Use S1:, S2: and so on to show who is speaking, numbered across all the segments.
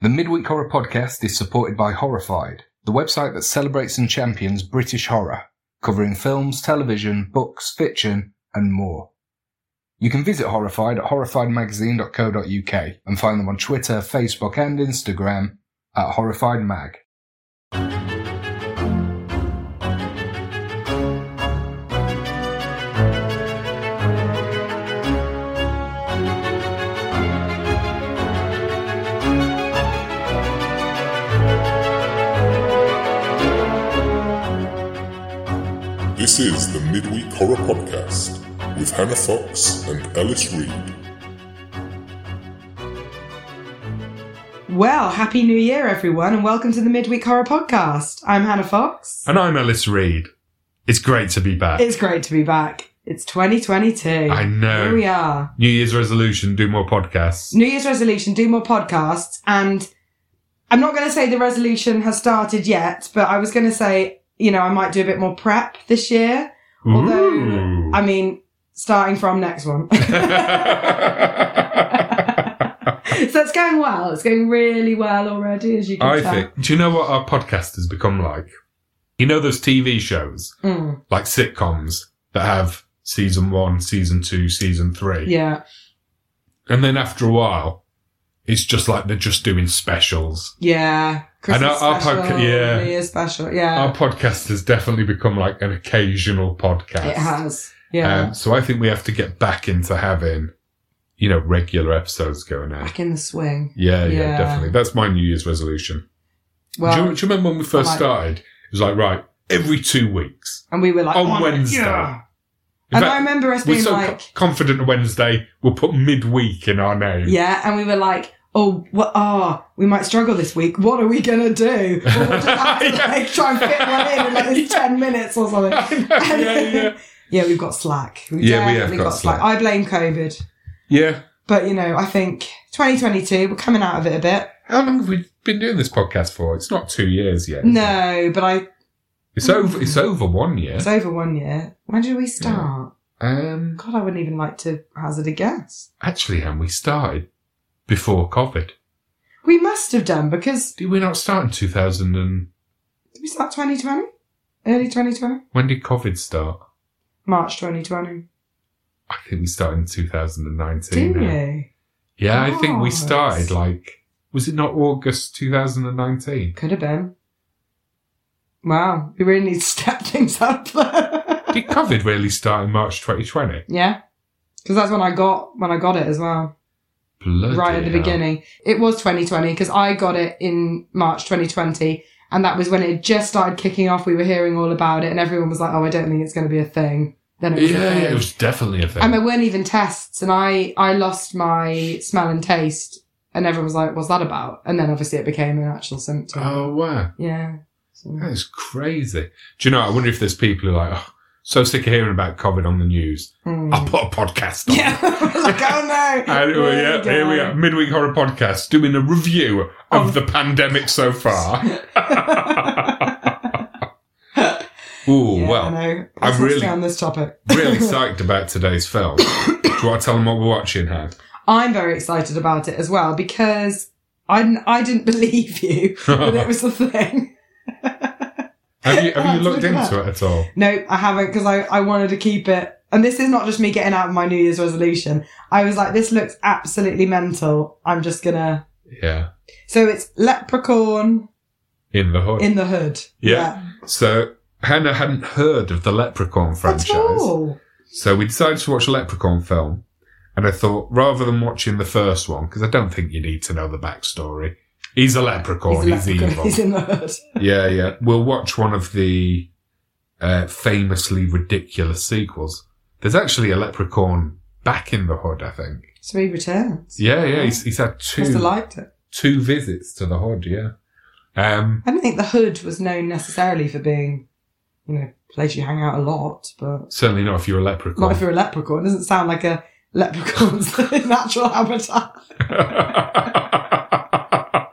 S1: The Midweek Horror Podcast is supported by Horrified, the website that celebrates and champions British horror, covering films, television, books, fiction, and more. You can visit Horrified at horrifiedmagazine.co.uk and find them on Twitter, Facebook, and Instagram at horrifiedmag.
S2: This is the Midweek Horror Podcast with Hannah Fox and Ellis Reed.
S3: Well, happy new year, everyone, and welcome to the Midweek Horror Podcast. I'm Hannah Fox.
S4: And I'm Ellis Reed. It's great to be back.
S3: It's great to be back. It's 2022.
S4: I know.
S3: Here we are.
S4: New Year's resolution, do more podcasts.
S3: New Year's resolution, do more podcasts. And I'm not going to say the resolution has started yet, but I was going to say, you know, I might do a bit more prep this year. Although,
S4: Ooh.
S3: I mean, starting from next one. so it's going well. It's going really well already, as you can
S4: I
S3: tell.
S4: think, do you know what our podcast has become like? You know those TV shows,
S3: Mm,
S4: like sitcoms, that have season one, season two, season three?
S3: yeah.
S4: And then after a while, it's just like they're just doing specials.
S3: Yeah.
S4: And our- our
S3: special,
S4: podca- yeah.
S3: New Year's special. Yeah.
S4: Our podcast has definitely become like an occasional podcast.
S3: It has. Yeah.
S4: Um, so I think we have to get back into having, you know, regular episodes going out.
S3: Back in the swing.
S4: Yeah, yeah,
S3: Yeah.
S4: definitely. That's my New Year's resolution.
S3: Well,
S4: do, you, do you remember when we first
S3: I like-
S4: started? It was like, right, every two weeks.
S3: and we were like,
S4: on
S3: "Oh,
S4: Wednesday.
S3: yeah."
S4: In
S3: And I
S4: fact,
S3: remember us
S4: we're
S3: being
S4: so co-
S3: like,
S4: confident Wednesday, we'll put midweek in our name.
S3: yeah, and we were like, oh, what? Ah, we might struggle this week. What are we gonna do? Or we'll just have to,
S4: Yeah.
S3: like, try and fit one in in like this ten minutes or something.
S4: I know, yeah, yeah.
S3: Yeah, we've got slack. We
S4: Yeah, we have
S3: definitely
S4: got slack.
S3: I blame COVID,
S4: Yeah.
S3: but you know, I think 2022 we're coming out of it a bit.
S4: How long have we been doing this podcast for? It's not two years yet. is it?
S3: No, but I
S4: It's over it's over one year.
S3: it's over one year. When did we start?
S4: Um
S3: God, I wouldn't even like to hazard a guess.
S4: actually and we started before COVID.
S3: We must have done because
S4: Did we not start in two thousand and
S3: Did we start 2020? Early 2020?
S4: when did COVID start?
S3: March 2020.
S4: I think we started in two thousand and nineteen.
S3: Did you?
S4: Yeah, I think we
S3: God.
S4: started like was it not August 2019?
S3: Could have been. Wow, we really need to step things up.
S4: Did COVID really start in March 2020?
S3: yeah. Because that's when I got when I got it as well,
S4: Bloody
S3: right at the
S4: hell.
S3: beginning. It was 2020 because I got it in March 2020, and that was when it had just started kicking off. We were hearing all about it, and everyone was like, "Oh, I don't think it's going to be a thing." Then it was a
S4: Yeah,
S3: thing.
S4: it was definitely a thing.
S3: and there weren't even tests and i i lost my smell and taste and everyone was like what's that about and then obviously it became an actual symptom
S4: oh wow,
S3: yeah So-
S4: that is crazy. Do you know? I wonder if there's people who are like, oh, so sick of hearing about COVID on the news.
S3: Mm.
S4: I'll put a podcast on.
S3: yeah like, oh no
S4: And, well,
S3: There
S4: yeah,
S3: we go.
S4: here we are, midweek horror podcast, doing a review of
S3: Of-
S4: the pandemic so far. Ooh,
S3: yeah,
S4: well,
S3: I know.
S4: I'm
S3: I'm
S4: really-
S3: really on this topic.
S4: really psyched about today's film. Do you want to tell them what we're watching, Han?
S3: I'm very excited about it as well because I, didn't- I didn't believe you that it
S4: have
S3: was the thing.
S4: you, have
S3: Let's
S4: you looked
S3: look it up.
S4: into it at all?
S3: No, I haven't because I, I wanted to keep it. And this is not just me getting out of my New Year's resolution. I was like, this looks absolutely mental. I'm just gonna.
S4: Yeah.
S3: So it's Leprechaun
S4: In the Hood.
S3: in the Hood.
S4: Yeah, so Hannah hadn't heard of the Leprechaun
S3: At
S4: franchise.
S3: all.
S4: So we decided to watch a Leprechaun film. And I thought, rather than watching the first one, because I don't think you need to know the backstory, he's a leprechaun, he's,
S3: leprechaun.
S4: evil.
S3: He's in the Hood.
S4: yeah, yeah. We'll watch one of the uh, famously ridiculous sequels. There's actually a leprechaun back in the hood, I think.
S3: So he returns.
S4: Yeah, yeah. He's, he's had
S3: Must have
S4: two
S3: liked it.
S4: two visits to the hood. Yeah. Um,
S3: I don't think the Hood was known necessarily for being, you know, a place you hang out a lot, but
S4: certainly not if you're a
S3: not if
S4: leprechaun.
S3: you're a leprechaun. It doesn't sound like a leprechaun's natural habitat.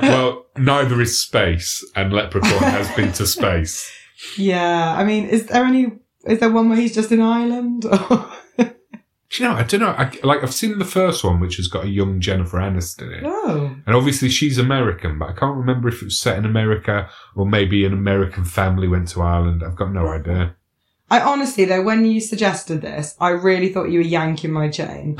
S4: well, neither is space, and leprechaun has been to space.
S3: Oh. Yeah, I mean, is there any? Is there one where he's just in Ireland? Or
S4: Do you know? I don't know. I, like I've seen the first one, which has got a young Jennifer Aniston in it,
S3: Oh.
S4: and obviously she's American, but I can't remember if it was set in America or maybe an American family went to Ireland. I've got no idea.
S3: I honestly, though, when you suggested this, I really thought you were yanking my chain.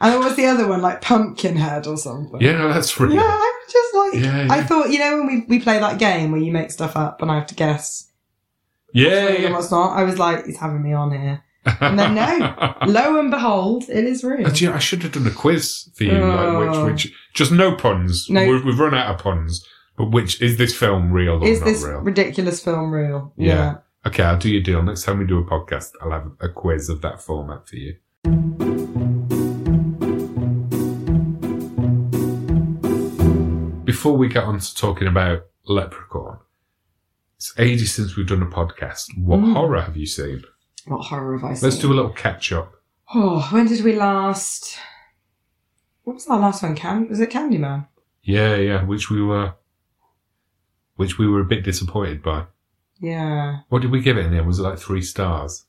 S3: and what was the other one? Like Pumpkinhead or something.
S4: Yeah, no, that's real.
S3: Yeah, I was just like,
S4: Yeah,
S3: I
S4: yeah.
S3: thought, you know, when we, we play that game where you make stuff up and I have to guess
S4: Yeah,
S3: what's real and
S4: yeah.
S3: what's not, I was like, he's having me on here. And then no. Lo and behold, it is real.
S4: Uh, do you know, I should have done a quiz for you,
S3: Oh.
S4: like which, which, just no puns.
S3: No.
S4: We've, we've run out of puns. But which is this film real or
S3: Is
S4: not
S3: this
S4: real?
S3: ridiculous film real?
S4: Yeah. okay, I'll do your deal. Next time we do a podcast, I'll have a quiz of that format for you. Before we get on to talking about Leprechaun, it's ages since we've done a podcast. What
S3: Mm.
S4: horror have you seen?
S3: What horror have I seen?
S4: Let's do a little catch up.
S3: Oh, when did we last? What was our last one? Can was it Candyman?
S4: Yeah, yeah, which we were, which we were a bit disappointed by.
S3: Yeah,
S4: What did we give it in there? Was it like three stars?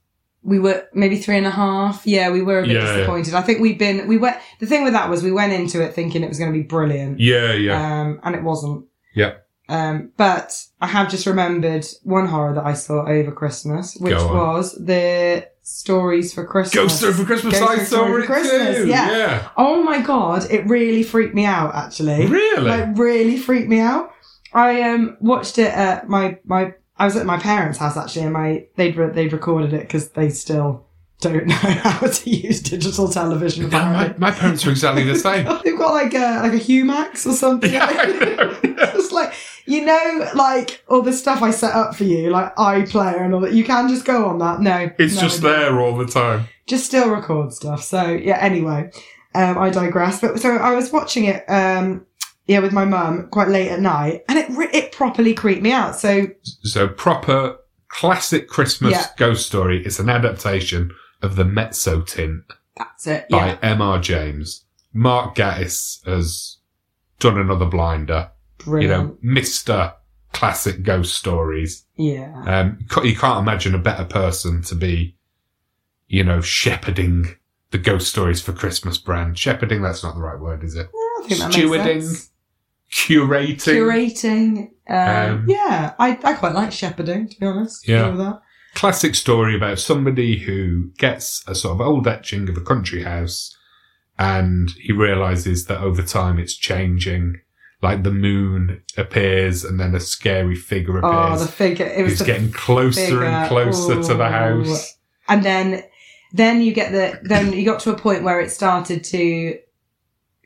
S3: we were maybe three and a half. Yeah, we were a bit
S4: Yeah, yeah.
S3: disappointed. I think we've been we went. The thing with that was we went into it thinking it was going to be brilliant.
S4: Yeah, yeah.
S3: Um, and it wasn't.
S4: Yeah.
S3: Um, but I have just remembered one horror that I saw over Christmas, which
S4: Go on.
S3: was the stories for Christmas.
S4: Ghost Story for Christmas.
S3: Ghost
S4: I
S3: Story
S4: saw
S3: for
S4: it
S3: Christmas,
S4: too.
S3: yeah.
S4: yeah.
S3: Oh my god, it really freaked me out actually.
S4: Really?
S3: Like really freaked me out. I um watched it at my my I was at my parents' house actually, and my they'd re- they'd recorded it because they still don't know how to use digital television.
S4: Damn, my,
S3: apparently.
S4: my parents are exactly the same.
S3: They've got like a like a Humax or something.
S4: Yeah, I know.
S3: It's like you know, like all the stuff I set up for you, like iPlayer and all that. You can just go on that. No,
S4: It's
S3: no,
S4: just
S3: no.
S4: there all the time.
S3: just still record stuff. So yeah, anyway, um, I digress. But so I was watching it, um, yeah, with my mum quite late at night, and it re- it properly creeped me out. So
S4: So proper classic Christmas
S3: Yeah.
S4: ghost story. It's an adaptation of the Mezzo Tint
S3: that's it.
S4: by
S3: Yeah,
S4: M.R. James. Mark Gatiss has done another blinder. You know,
S3: brilliant.
S4: Mister Classic Ghost Stories.
S3: yeah,
S4: Um, you ca- you can't imagine a better person to be, you know, shepherding the ghost stories for Christmas brand. Shepherding. That's not the right word, is it?
S3: Well, I think that
S4: Stewarding.
S3: makes sense.
S4: Curating.
S3: Curating, um,
S4: Um,
S3: yeah, I, I quite like shepherding to be honest.
S4: Yeah.
S3: All that.
S4: classic story about somebody who gets a sort of old etching of a country house and he realizes that over time it's changing. Like the moon appears and then a scary figure
S3: Oh,
S4: appears.
S3: the figure. It was
S4: He's
S3: the
S4: getting closer
S3: figure.
S4: and closer to
S3: Ooh.
S4: the house.
S3: and then then you get the then you got to a point where it started to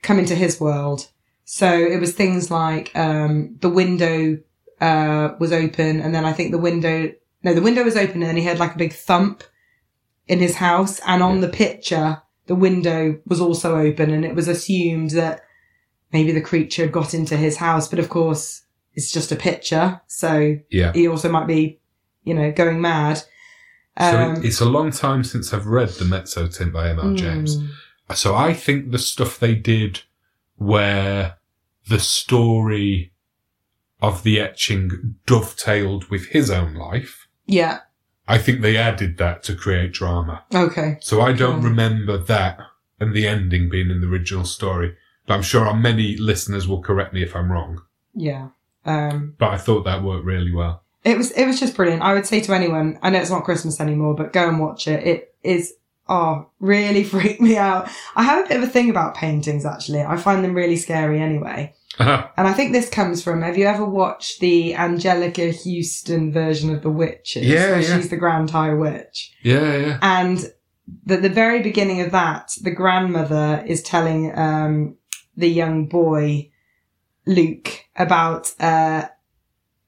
S3: come into his world so it was things like um the window uh was open and then i think the window no the window was open and then he heard like a big thump in his house and on the picture the window was also open and it was assumed that maybe the creature had got into his house but of course it's just a picture so
S4: Yeah.
S3: he also might be you know going mad Um,
S4: so it, it's a long time since I've read the Mezzo Tint by M.R. James.
S3: Mm.
S4: So I think the stuff they did where the story of the etching dovetailed with his own life,
S3: Yeah.
S4: I think they added that to create drama.
S3: Okay.
S4: So I don't
S3: Okay.
S4: remember that and the ending being in the original story. But I'm sure our many listeners will correct me if I'm wrong.
S3: Yeah. Um,
S4: But I thought that worked really well.
S3: it was it was just brilliant. I would say to anyone, I know it's not Christmas anymore, but go and watch it. It is oh really freaked me out. I have a bit of a thing about paintings actually. I find them really scary anyway. And I think this comes from have you ever watched the Angelica Houston version of The Witches?
S4: Yeah,
S3: Where
S4: yeah.
S3: She's the Grand High Witch.
S4: yeah, yeah.
S3: And at the very beginning of that, the grandmother is telling um, the young boy, Luke, about uh,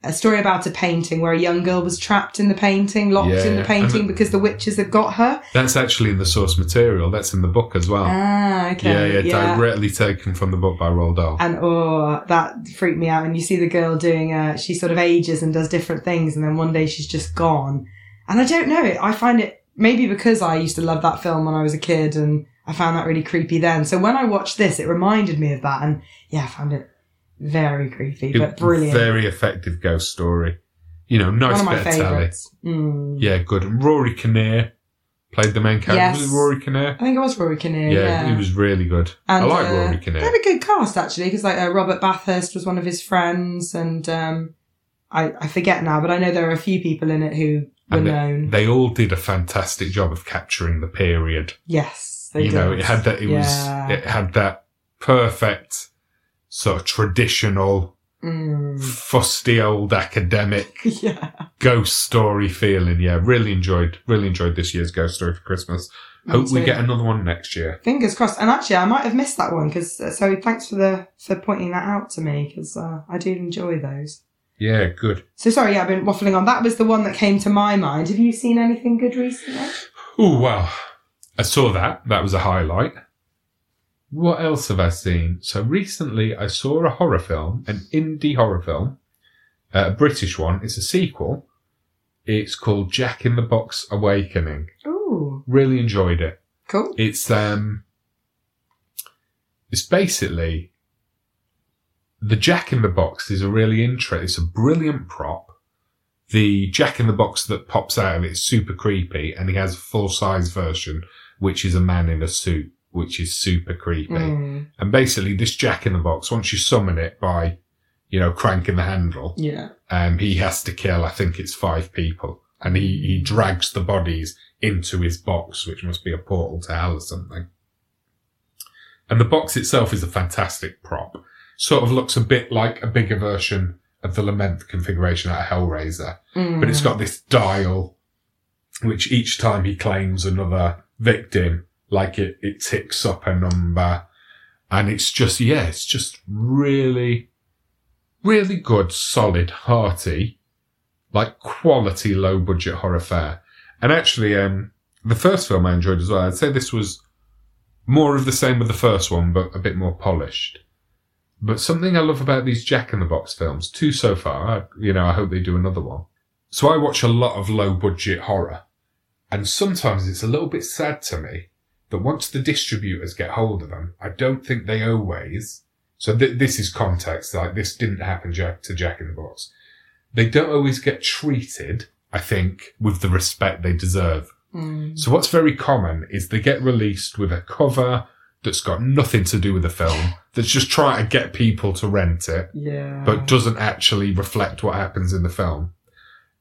S3: a story about a painting where a young girl was trapped in the painting, locked in
S4: Yeah.
S3: the painting
S4: And-
S3: because the witches had got her.
S4: That's actually in the source material. That's in the book as well.
S3: Ah, okay.
S4: Oh. yeah, yeah, Directly taken from the book by Roald Dahl.
S3: And oh, that freaked me out. And you see the girl doing, uh, she sort of ages and does different things, and then one day she's just gone. And I don't know it. I find it maybe because I used to love that film when I was a kid, and I found that really creepy then. So when I watched this, it reminded me of that, and yeah, I found it very creepy
S4: It-
S3: but brilliant.
S4: Very effective ghost story. You know,
S3: one
S4: nice
S3: of my
S4: bit of telly.
S3: favourites. Mm.
S4: Yeah, good. And Rory Kinnear played the main character.
S3: Yes.
S4: Was it Rory Kinnear?
S3: I think it was Rory Kinnear.
S4: Yeah,
S3: Yeah,
S4: he was really good. I
S3: And,
S4: like
S3: uh,
S4: Rory
S3: They
S4: Kinnear.
S3: had a good cast actually, because like uh, Robert Bathurst was one of his friends, and um, I, I forget now, but I know there are a few people in it who were
S4: And
S3: known.
S4: They all did a fantastic job of capturing the period.
S3: yes, they
S4: you
S3: did.
S4: know, it had that. It
S3: Yeah.
S4: was. It had that perfect sort of traditional,
S3: Mm.
S4: fusty old academic
S3: yeah,
S4: ghost story feeling. Yeah, really enjoyed. Really enjoyed this year's ghost story for Christmas. Hope we
S3: Me too.
S4: get another one next year.
S3: fingers crossed. And actually, I might have missed that one because so thanks for the for pointing that out to me because uh, I do enjoy those.
S4: Yeah, good.
S3: So sorry, yeah, I've been waffling on. That was the one that came to my mind. Have you seen anything good recently?
S4: Oh wow! I saw that. That was a highlight. What else have I seen? So recently, I saw a horror film, an indie horror film, uh, a British one. It's a sequel. It's called Jack in the Box Awakening.
S3: Oh,
S4: Really enjoyed it.
S3: cool.
S4: It's um, it's basically the Jack in the Box is a really interesting. It's a brilliant prop. The Jack in the Box that pops out of it is super creepy, and he has a full size version, which is a man in a suit, which is super creepy.
S3: Mm,
S4: And basically, this Jack in the Box, once you summon it by, you know, cranking the handle,
S3: yeah.
S4: um, he has to kill, I think it's five people, and he, he drags the bodies into his box, which must be a portal to hell or something. And the box itself is a fantastic prop. Sort of looks a bit like a bigger version of the Lament configuration out of Hellraiser,
S3: Mm.
S4: but it's got this dial, which each time he claims another victim, like it, it ticks up a number. And it's just, yeah, it's just really, really good, solid, hearty, like quality low budget horror fare. And actually, um, the first film I enjoyed as well, I'd say this was more of the same with the first one, but a bit more polished. But something I love about these Jack in the Box films, two so far, I, you know, I hope they do another one. So I watch a lot of low budget horror. And sometimes it's a little bit sad to me that once the distributors get hold of them, I don't think they always. So th- this is context. Like this didn't happen Jack to Jack in the Box. They don't always get treated, I think, with the respect they deserve.
S3: Mm.
S4: So what's very common is they get released with a cover that's got nothing to do with the film, that's just trying to get people to rent it
S3: Yeah.
S4: but doesn't actually reflect what happens in the film.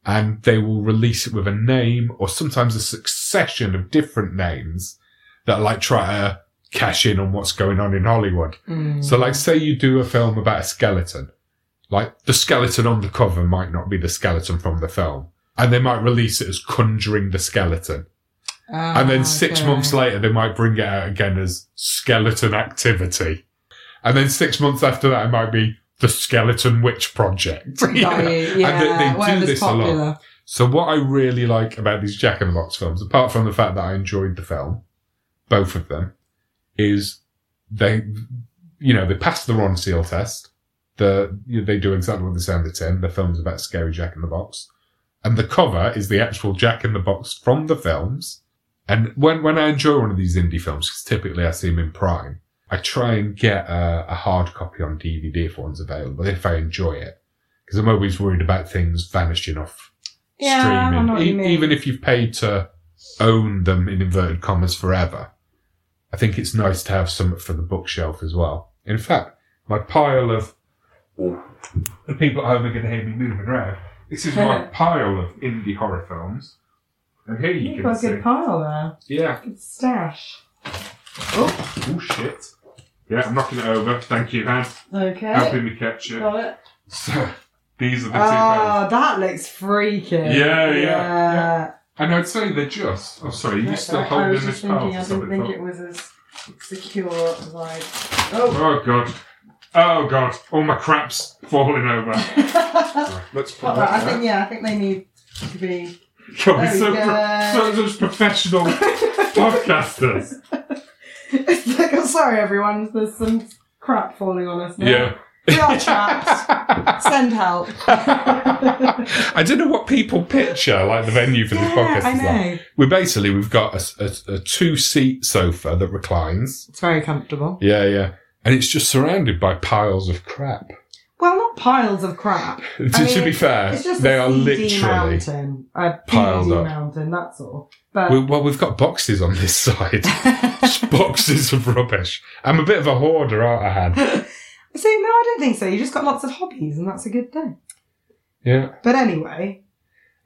S4: And they will release it with a name or sometimes a succession of different names that like try to cash in on what's going on in Hollywood.
S3: Mm.
S4: So like say you do a film about a skeleton. Like the skeleton on the cover might not be the skeleton from the film. And they might release it as Conjuring the Skeleton. And
S3: Ah,
S4: then six months later, they might bring it out again as Skeleton Activity. And then six months after that, it might be the Skeleton Witch Project. You
S3: Got
S4: know?
S3: you.
S4: they-
S3: Yeah,
S4: they do
S3: whatever's
S4: this a lot.
S3: popular.
S4: So, what I really like about these Jack and the Box films, apart from the fact that I enjoyed the film, both of them, is they, you know, they pass the Ron Seal test. The you know, they do exactly what they sound it's in. The film's about scary Jack in the Box, and the cover is the actual Jack in the Box from the films. And when when I enjoy one of these indie films, 'cause typically I see them in Prime, I try and get a, a hard copy on DVD if one's available if I enjoy it, because I'm always worried about things vanishing off
S3: Yeah, I
S4: streaming,
S3: know what you
S4: E-
S3: mean.
S4: even if you've paid to own them in inverted commas forever. I think it's nice to have some for the bookshelf as well. In fact, my pile of the people at home are going to hear me moving around. This is my pile of indie horror films, and here you
S3: You've
S4: can
S3: got a
S4: see.
S3: good pile there.
S4: Yeah.
S3: Good stash.
S4: Oh shit. Yeah, I'm knocking it over. Thank you, Anne.
S3: Okay.
S4: Helping me catch it.
S3: Got it.
S4: So these are the two films.
S3: Oh, that looks freaky.
S4: Yeah, yeah,
S3: yeah.
S4: And I'd say they're just. Oh, sorry, are you
S3: That's
S4: still
S3: right. I was
S4: holding
S3: just
S4: this
S3: thinking,
S4: pile?
S3: I
S4: for
S3: didn't
S4: something?
S3: think it was as secure as I. Oh!
S4: Oh god. Oh god. All my crap's falling over. Right, Let's put
S3: Alright, Oh, I
S4: that
S3: think,
S4: there.
S3: yeah, I think they need to be.
S4: God, we're
S3: there
S4: so,
S3: we
S4: pro-
S3: go.
S4: so such professional podcasters.
S3: It's like, I'm sorry, everyone, there's some crap falling on us now.
S4: Yeah.
S3: We are trapped. Send help.
S4: I don't know what people picture like the venue for this
S3: yeah,
S4: podcast
S3: I
S4: is like.
S3: know.
S4: We basically we've got a s- a, two seat sofa that reclines.
S3: It's very comfortable.
S4: Yeah, yeah, and it's just surrounded by piles of crap.
S3: Well, not piles of crap.
S4: To,
S3: I mean,
S4: to be fair,
S3: It's just
S4: Uh, they
S3: a
S4: are
S3: CD
S4: literally.
S3: mountain, a
S4: piled
S3: PD
S4: up.
S3: mountain. That's all. But
S4: We, well, we've got boxes on this side. boxes of rubbish. I'm a bit of a hoarder, aren't I, Han?
S3: I say, no, I don't think so. You just got lots of hobbies, and that's a good thing.
S4: Yeah.
S3: But anyway,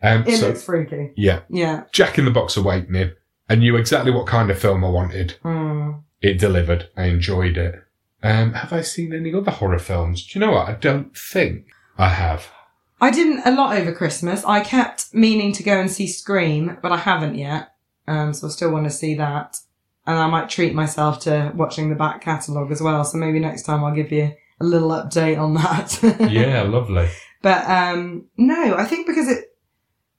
S4: Um,
S3: it
S4: so,
S3: looks freaky.
S4: yeah.
S3: Yeah.
S4: Jack in the Box Awakening. I knew exactly what kind of film I wanted.
S3: Mm.
S4: It delivered. I enjoyed it. Um, have I seen any other horror films? Do you know what? I don't think I have.
S3: I didn't a lot over Christmas. I kept meaning to go and see Scream, but I haven't yet. Um, so I still want to see that. And I might treat myself to watching the back catalogue as well. So maybe next time I'll give you a little update on that.
S4: Yeah, lovely.
S3: But um, no, I think because it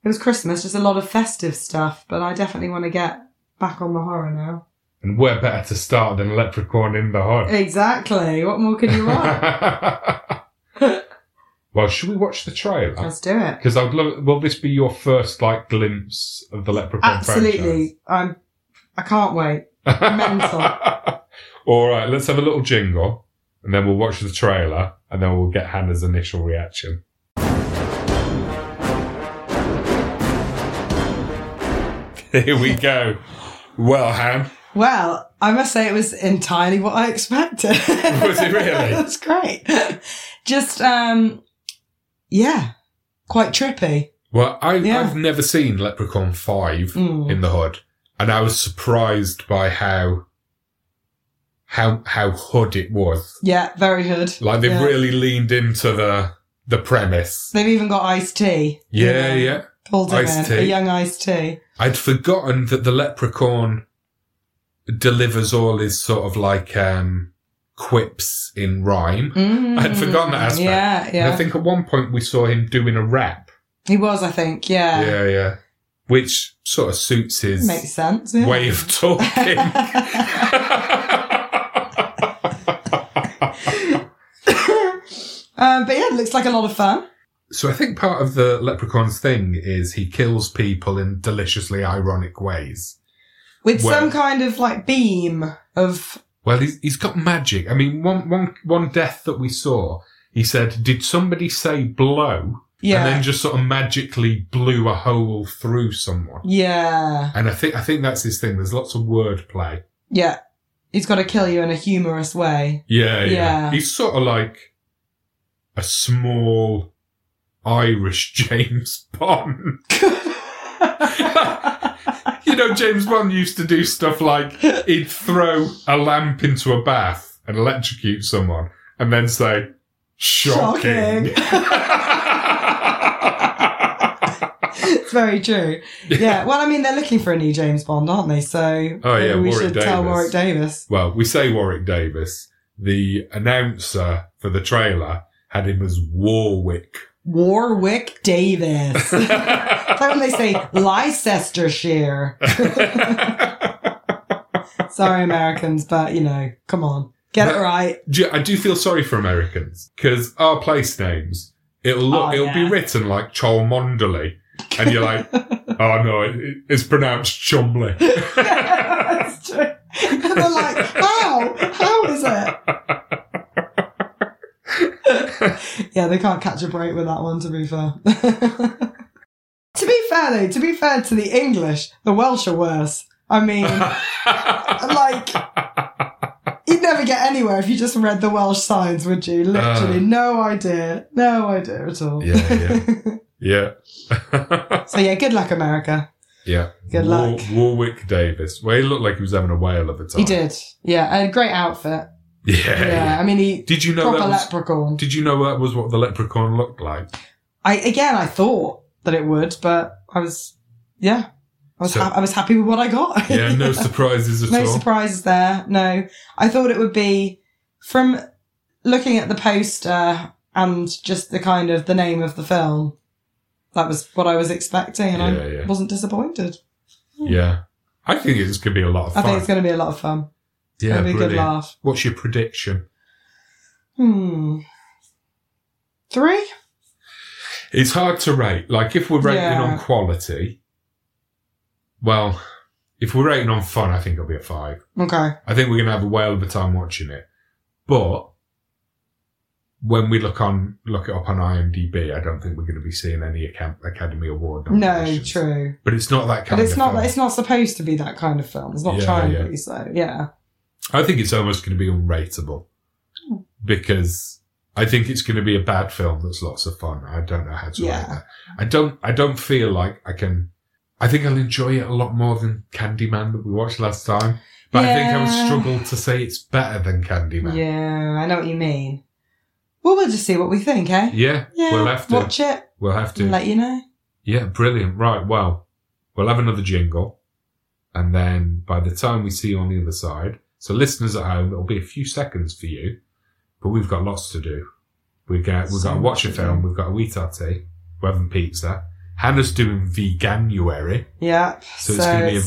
S3: it was Christmas, just a lot of festive stuff. But I definitely want to get back on the horror now.
S4: And where better to start than Leprechaun in the Hood?
S3: Exactly. What more could you want?
S4: well, should we watch the trailer?
S3: Let's do it.
S4: Because I'd love. Will this be your first like glimpse of the Leprechaun
S3: Absolutely. I'm. I can't wait.
S4: franchise?
S3: Mental.
S4: All right, let's have a little jingle, and then we'll watch the trailer, and then we'll get Hannah's initial reaction. Here we go. Well, Han,
S3: Well, I must say it was entirely what I expected.
S4: Was it really?
S3: That's great. Just um, yeah, quite trippy.
S4: well, I,
S3: Yeah.
S4: I've never seen Leprechaun Five.
S3: Mm.
S4: in the hood, and I was surprised by how how how hood it was.
S3: Yeah, very hood.
S4: Like they've
S3: Yeah.
S4: really leaned into the the premise.
S3: They've even got iced tea. um,
S4: Yeah, yeah.
S3: Pulled him
S4: Iced
S3: in. A
S4: tea.
S3: young iced tea.
S4: I'd forgotten that the leprechaun delivers all his sort of like um quips in rhyme.
S3: Mm.
S4: I'd forgotten that aspect.
S3: Yeah,
S4: And
S3: yeah.
S4: I think at one point we saw him doing a rap.
S3: he was, I think. Yeah.
S4: yeah, yeah. Which sort of suits his
S3: Makes sense. Yeah.
S4: way of talking.
S3: um, but yeah, it looks like a lot of fun.
S4: so I think part of the leprechaun's thing is he kills people in deliciously ironic ways.
S3: With
S4: Well-
S3: some kind of like beam of.
S4: Well, he's, he's got magic. I mean, one, one, one death that we saw, he said, did somebody say blow?
S3: Yeah.
S4: And then just sort of magically blew a hole through someone.
S3: yeah.
S4: And I think, I think that's his thing. There's lots of wordplay.
S3: Yeah. He's got to kill you in a humorous way.
S4: Yeah, yeah.
S3: Yeah.
S4: He's sort of like a small Irish James Bond. you know, James Bond used to do stuff like he'd throw a lamp into a bath and electrocute someone and then say, shocking.
S3: it's very true. Yeah. Well, I mean, they're looking for a new James Bond, aren't they? So
S4: Oh, yeah,
S3: maybe we
S4: Warwick
S3: should tell
S4: Davis.
S3: Warwick Davis.
S4: well, we say Warwick Davis. The announcer for the trailer had him as Warwick.
S3: Warwick Davis. That's when they say Leicestershire. Sorry, Americans, but you know, come on, get it right.
S4: do, I do feel sorry for Americans because our place names it'll look
S3: Oh,
S4: it'll
S3: yeah.
S4: be written like Cholmondeley, and you're like, oh no, it, it's pronounced Chumley.
S3: That's true. And they're like, how? How is it? yeah, they can't catch a break with that one, to be fair. to be fair, though, to be fair to the English, the Welsh are worse. I mean, like, you'd never get anywhere if you just read the Welsh signs, would you? Literally,
S4: Uh.
S3: no idea. No idea at all.
S4: Yeah, yeah, yeah,
S3: so, yeah, good luck, America.
S4: yeah.
S3: Good luck.
S4: Warwick Davis. Well, he looked like he was having a whale of a time.
S3: He did. Yeah, a great outfit.
S4: Yeah.
S3: Yeah, I mean, he.
S4: Did you know
S3: Proper
S4: that? Was,
S3: leprechaun.
S4: did you know that was what the leprechaun looked like?
S3: I again, I thought that it would, but I was, yeah, I was,
S4: So-
S3: ha- I was happy with what I got.
S4: Yeah, no surprises at
S3: No
S4: all.
S3: surprises there. No, I thought it would be from looking at the poster and just the kind of the name of the film. That was what I was expecting, and
S4: Yeah,
S3: I
S4: yeah.
S3: wasn't disappointed.
S4: yeah, I think it's going to be a lot of
S3: I
S4: fun.
S3: think it's going to be a lot of fun.
S4: yeah,
S3: It'll be a
S4: brilliant.
S3: good laugh.
S4: What's your prediction?
S3: Hmm. Three?
S4: It's hard to rate. Like if we're rating
S3: Yeah.
S4: on quality, well, if we're rating on fun, I think it'll be a five.
S3: Okay.
S4: I think we're gonna have a whale of a time watching it. But when we look on look it up on IMDb, I don't think we're going to be seeing any Acad- Academy Award
S3: No,
S4: nominations.
S3: true.
S4: But it's not that kind
S3: But it's
S4: of
S3: not.
S4: film.
S3: It's not supposed to be that kind of film. It's not
S4: Yeah,
S3: trying
S4: yeah.
S3: to be so. Yeah.
S4: I think it's almost going to be unrateable
S3: Hmm.
S4: because I think it's going to be a bad film that's lots of fun. I don't know how to
S3: Yeah.
S4: rate that. I don't. I don't feel like I can. I think I'll enjoy it a lot more than Candyman that we watched last time. But I think I
S3: Yeah.
S4: would struggle to say it's better than Candyman.
S3: Yeah, I know what you mean. Well, we'll just see what we think, eh?
S4: Yeah,
S3: Yeah.
S4: we'll have to.
S3: watch it.
S4: We'll have to.
S3: and Let you know.
S4: Yeah, brilliant. Right, well, we'll have another jingle. And then by the time we see you on the other side, so listeners at home, it'll be a few seconds for you, but we've got lots to do. We got, we've got
S3: So
S4: to watch a
S3: much to
S4: film,
S3: do.
S4: we've got to eat our tea, we're having pizza. Hannah's doing veganuary.
S3: Yeah.
S4: So it's gonna be a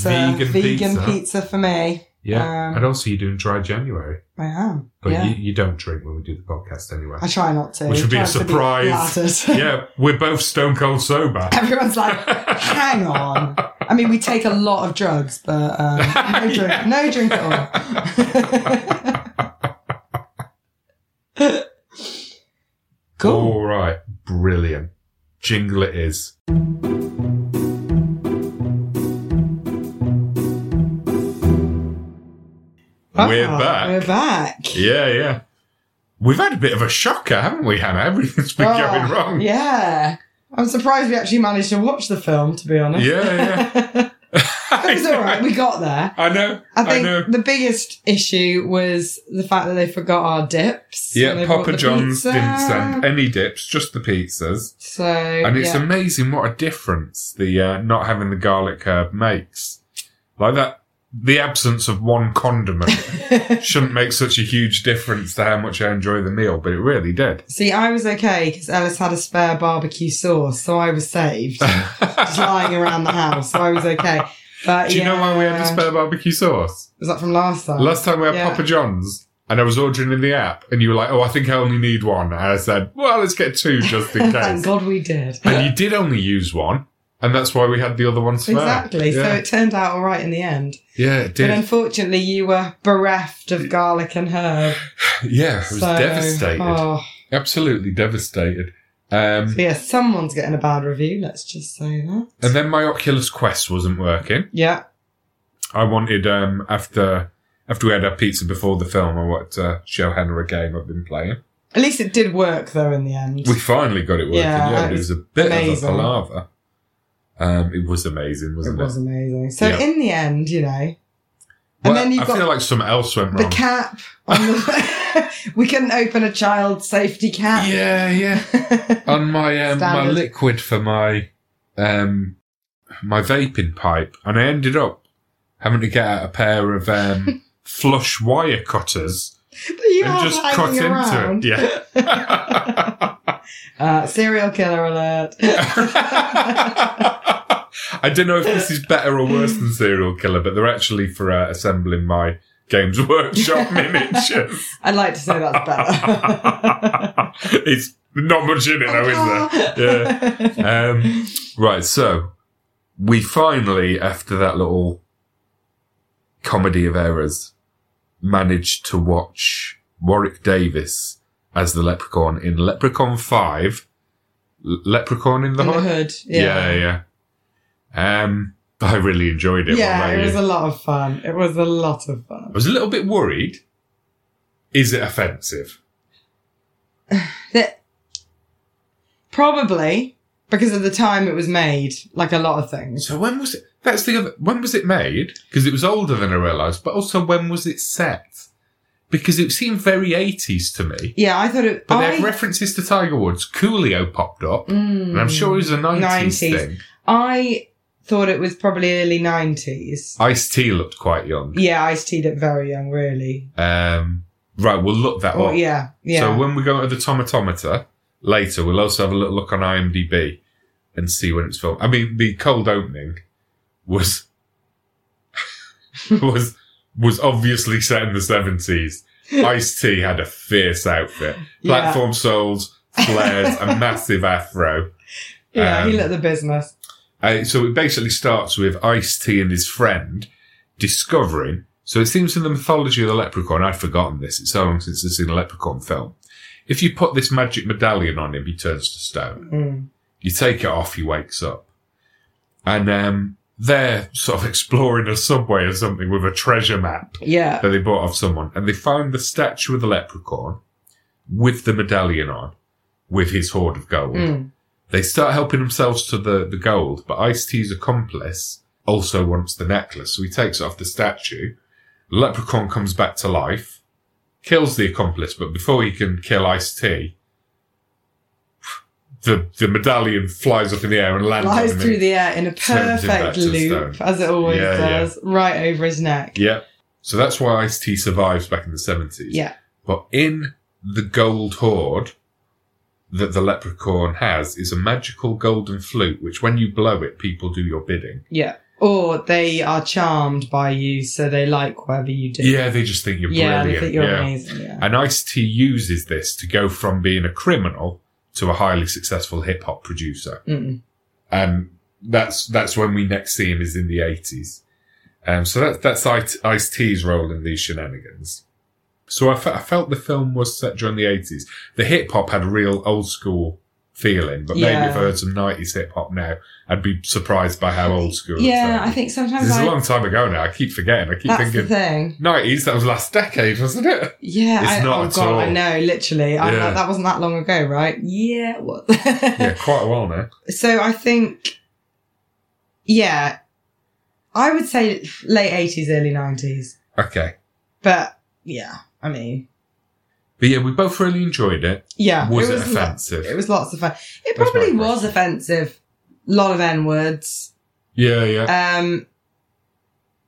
S4: vegan pizza.
S3: uh, for me.
S4: Yeah.
S3: Um,
S4: and also you're doing dry January.
S3: I am.
S4: But
S3: yeah.
S4: you, you don't drink when we do the podcast anyway.
S3: I try not to.
S4: Oh, Which would be a
S3: Try not to
S4: surprise.
S3: flattered.
S4: yeah, we're both stone cold sober.
S3: Everyone's like, hang on. I mean, we take a lot of drugs, but um, no drink,
S4: Yeah.
S3: no drink at all. cool.
S4: All right, brilliant. Jingle it is. We're
S3: Ah,
S4: back.
S3: We're back.
S4: Yeah, yeah. We've had a bit of a shocker, haven't we, Hannah? Everything's been
S3: Oh,
S4: going wrong.
S3: Yeah. I'm surprised we actually managed to watch the film, to be honest.
S4: Yeah,
S3: yeah. it was all right. We got there.
S4: I know.
S3: I
S4: I
S3: think
S4: know.
S3: the biggest issue was the fact that they forgot our dips. when
S4: Yeah,
S3: they brought
S4: Papa
S3: the
S4: John's
S3: pizza.
S4: didn't send any dips, just the pizzas.
S3: So
S4: And it's
S3: yeah.
S4: amazing what a difference the uh, not having the garlic herb makes. Like that, the absence of one condiment shouldn't make such a huge difference to how much I enjoy the meal, but it really did.
S3: See, I was okay because Ellis had a spare barbecue sauce, so I was saved. Just lying around the house, so I was okay. But
S4: Do you know why we had
S3: yeah.
S4: to spare barbecue sauce?
S3: Was that from last time?
S4: Last time we had
S3: Yeah.
S4: Papa John's and I was ordering in the app and you were like, oh, I think I only need one. And I said, well, let's get two just in
S3: Thank
S4: case.
S3: God we did.
S4: and you did only use one. And that's why we had the other one spare.
S3: Exactly.
S4: Yeah,
S3: So it turned out all right in the end.
S4: yeah it
S3: But
S4: did.
S3: unfortunately, you were bereft of garlic and herb.
S4: yeah, I was
S3: so,
S4: devastated.
S3: Oh,
S4: Absolutely devastated. Um,
S3: so yeah, someone's getting a bad review. Let's just say that.
S4: and then my Oculus Quest wasn't working.
S3: Yeah.
S4: I wanted um after after we had our pizza before the film, I wanted to show Hannah a game I've been playing.
S3: At least it did work though in the end.
S4: We finally got it working.
S3: Yeah,
S4: Yeah,
S3: that
S4: but
S3: was
S4: it was a bit
S3: amazing.
S4: of a palaver. Um, it was amazing,
S3: it
S4: wasn't it?
S3: was amazing. So
S4: Yeah.
S3: in the end, you know,
S4: Well,
S3: and then you've
S4: I
S3: got
S4: feel like something else went
S3: the
S4: wrong.
S3: cap on the. we couldn't open a child safety cap.
S4: yeah, yeah. On my um, my
S3: Standard.
S4: liquid for my um my vaping pipe, and I ended up having to get out a pair of um flush wire cutters
S3: but you
S4: and
S3: are
S4: just
S3: hanging
S4: cut into
S3: around.
S4: it. Yeah.
S3: Uh, serial killer alert.
S4: I don't know if this is better or worse than Serial Killer, but they're actually for uh, assembling my Games Workshop miniatures.
S3: I'd like to say that's better.
S4: it's not much in it, though, is
S3: there?
S4: there? Um, right, so we finally, after that little comedy of errors, managed to watch Warwick Davis as the Leprechaun in Leprechaun 5. Le- Leprechaun in the
S3: In the
S4: Hood?
S3: hood.
S4: Yeah,
S3: Yeah.
S4: yeah. Um, I really enjoyed it. What
S3: Yeah,
S4: about
S3: it was
S4: you?
S3: a lot of fun. It was a lot of
S4: I
S3: fun.
S4: was a little bit worried. Is it offensive?
S3: that probably because of the time it was made, like a lot of things.
S4: So when was it? That's the other. When was it made? Because it was older than I realised. But also, when was it set? Because it seemed very eighties to me.
S3: Yeah, I thought it.
S4: But they
S3: I,
S4: had references to Tiger Woods. Coolio popped up,
S3: Mm.
S4: and I'm sure it was a nineties
S3: 90s.
S4: thing.
S3: I thought it was probably early nineties.
S4: Ice T looked quite young.
S3: Yeah, I teed it very young, really.
S4: Um, right, we'll look that
S3: Oh
S4: up.
S3: yeah, yeah.
S4: So when we go to the tomatometer later, we'll also have a little look on IMDb and see when it's filmed. I mean, the cold opening was was was obviously set in the seventies. Ice T had a fierce outfit,
S3: yeah,
S4: platform soles, flares, a massive afro.
S3: yeah he
S4: um,
S3: let the business.
S4: Uh, so it basically starts with Ice T and his friend discovering. So it seems in the mythology of the leprechaun, I'd forgotten this. It's so long since I've seen a leprechaun film. If you put this magic medallion on him, he turns to stone.
S3: Mm.
S4: You take it off, he wakes up. And um, they're sort of exploring a subway or something with a treasure map
S3: Yeah.
S4: that they bought off someone. And they found the statue of the leprechaun with the medallion on, with his hoard of gold.
S3: Mm.
S4: They start helping themselves to the, the gold, but Ice T's accomplice also wants the necklace, so he takes it off the statue. Leprechaun comes back to life, kills the accomplice, but before he can kill Ice T, the, the medallion flies up in the air and lands
S3: Flies
S4: on him.
S3: through the air in a
S4: Turns him back
S3: perfect
S4: to
S3: loop,
S4: stone.
S3: as it always
S4: um, Yeah, yeah.
S3: does, right over his neck.
S4: yeah. So that's why Ice T survives back in the 70s.
S3: Yeah.
S4: But in the gold hoard that the leprechaun has is a magical golden flute, which when you blow it, people do your bidding.
S3: Yeah. Or they are charmed by you, so they like whatever you do.
S4: Yeah, they just think you're
S3: yeah,
S4: brilliant.
S3: they think you're
S4: yeah.
S3: amazing. Yeah.
S4: And Ice T uses this to go from being a criminal to a highly successful hip hop producer.
S3: Mm.
S4: And that's that's when we next see him is in the eighties. Um, so that's that's Ice T's role in these shenanigans. So I fe- I felt the film was set during the eighties. The hip hop had a real old school feeling, but maybe
S3: Yeah.
S4: if I heard some nineties hip hop now, I'd be surprised by how old school.
S3: Yeah, I
S4: it
S3: think sometimes
S4: sounded. this is a
S3: I.
S4: long time ago now. I keep forgetting. I keep
S3: That's the
S4: thinking
S3: thing.
S4: nineties. That was last decade, wasn't it?
S3: Yeah,
S4: It's
S3: I,
S4: not
S3: oh
S4: at
S3: god, I
S4: all.
S3: know. Literally, I'm
S4: Yeah.
S3: like, that wasn't that long ago, right? Yeah, what?
S4: yeah, quite a while now.
S3: So I think, yeah, I would say late eighties, early nineties.
S4: Okay.
S3: But yeah, I mean,
S4: But yeah, we both really enjoyed it.
S3: yeah,
S4: was it,
S3: lo-
S4: offensive?
S3: It was lots of fun. It
S4: That's my
S3: probably was
S4: question.
S3: offensive. Lot of n words.
S4: yeah, yeah.
S3: Um,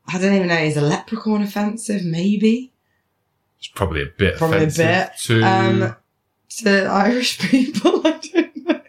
S3: I don't even know. Is a leprechaun offensive? Maybe
S4: it's probably a bit
S3: probably a
S4: offensive
S3: bit.
S4: to
S3: Um, to Irish people. I don't know.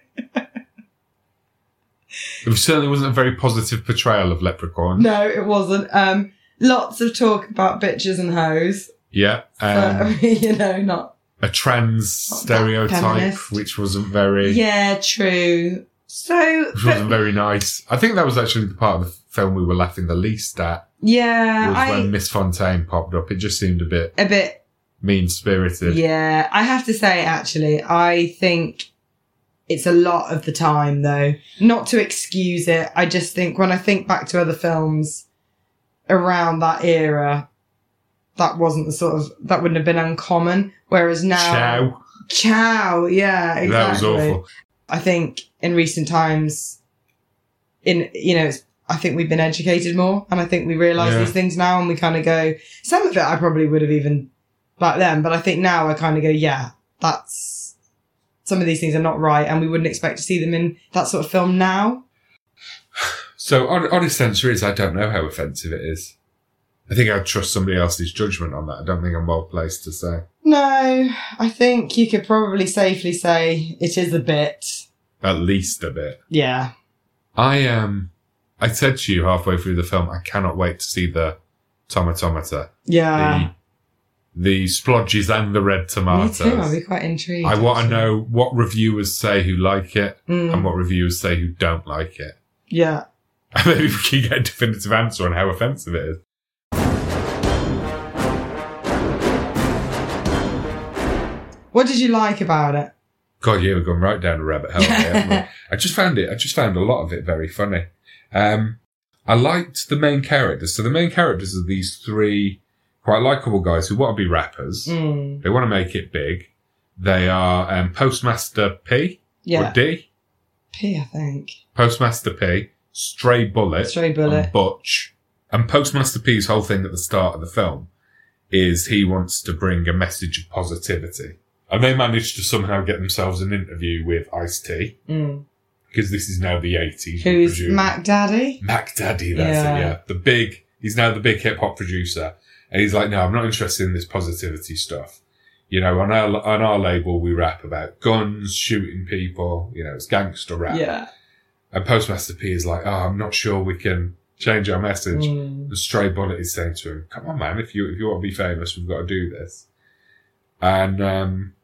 S4: it certainly wasn't a very positive portrayal of Leprechaun.
S3: No, it wasn't. Um, lots of talk about bitches and hoes.
S4: Yeah.
S3: but,
S4: Um,
S3: you know, not
S4: a trans
S3: Not that
S4: stereotype
S3: feminist.
S4: which wasn't very
S3: Yeah, true. So, but-
S4: which wasn't very nice. I think that was actually the part of the film we were laughing the least at
S3: yeah,
S4: was when
S3: Uh, I
S4: Miss Fontaine popped up. It just seemed a bit
S3: a bit.
S4: mean spirited.
S3: Yeah, I have to say actually, I think it's a lot of the time though. Not to excuse it, I just think when I think back to other films around that era, that wasn't the sort of that wouldn't have been uncommon. Whereas now,
S4: Chow.
S3: Chow, yeah, exactly.
S4: That was awful.
S3: I think in recent times, in you know, it's, I think we've been educated more, and I think we realise
S4: Yeah.
S3: these things now, and we kind of go. Some of it I probably would have even back then, but I think now I kind of go, yeah, that's some of these things are not right, and we wouldn't expect to see them in that sort of film now.
S4: So hon- honest answer is I don't know how offensive it is. I think I'd trust somebody else's judgment on that. I don't think I'm well placed to say.
S3: No, I think you could probably safely say it is a bit.
S4: At least a bit.
S3: Yeah.
S4: I um I said to you halfway through the film, I cannot wait to see the tomatometer.
S3: Yeah.
S4: the the splodges and the red
S3: Ah. Me
S4: tomatoes.
S3: too. I'd be quite intrigued.
S4: I want to
S3: actually.
S4: know what reviewers say who like it
S3: Mm,
S4: and what reviewers say who don't like it.
S3: yeah.
S4: And maybe we can get a definitive answer on how offensive it is.
S3: What did you like about it?
S4: God, yeah, we're going right down a rabbit hole. Here, haven't we? I just found it. I just found a lot of it very funny. Um, I liked the main characters. So the main characters are these three quite likable guys who want to be rappers.
S3: Mm,
S4: They want to make it big. They are um, Postmaster P
S3: yeah.
S4: or D.
S3: P, I think.
S4: Postmaster P, Stray Bullet,
S3: Stray Bullet.
S4: and Butch. And Postmaster P's whole thing at the start of the film is he wants to bring a message of positivity. And they manage to somehow get themselves an interview with Ice T
S3: Mm.
S4: because this is now the 80s. we
S3: Who's
S4: presume.
S3: Mac Daddy?
S4: Mac Daddy, that's
S3: Yeah.
S4: it, yeah. The big, he's now the big hip hop producer. And he's like, no, I'm not interested in this positivity stuff. You know, on our, on our label, we rap about guns, shooting people, you know, it's gangster rap.
S3: Yeah.
S4: And Postmaster P is like, oh, I'm not sure we can change our message.
S3: Mm.
S4: The stray bullet is saying to him, come on, man, if you, if you want to be famous, we've got to do this. And, um,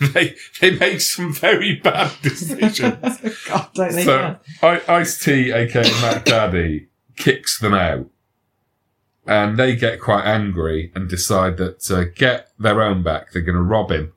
S4: they, they make some very bad decisions.
S3: God, don't they?
S4: So- I- Ice T, aka Mac Daddy, kicks them out. and they get quite angry and decide that to get their own back, they're going to rob him.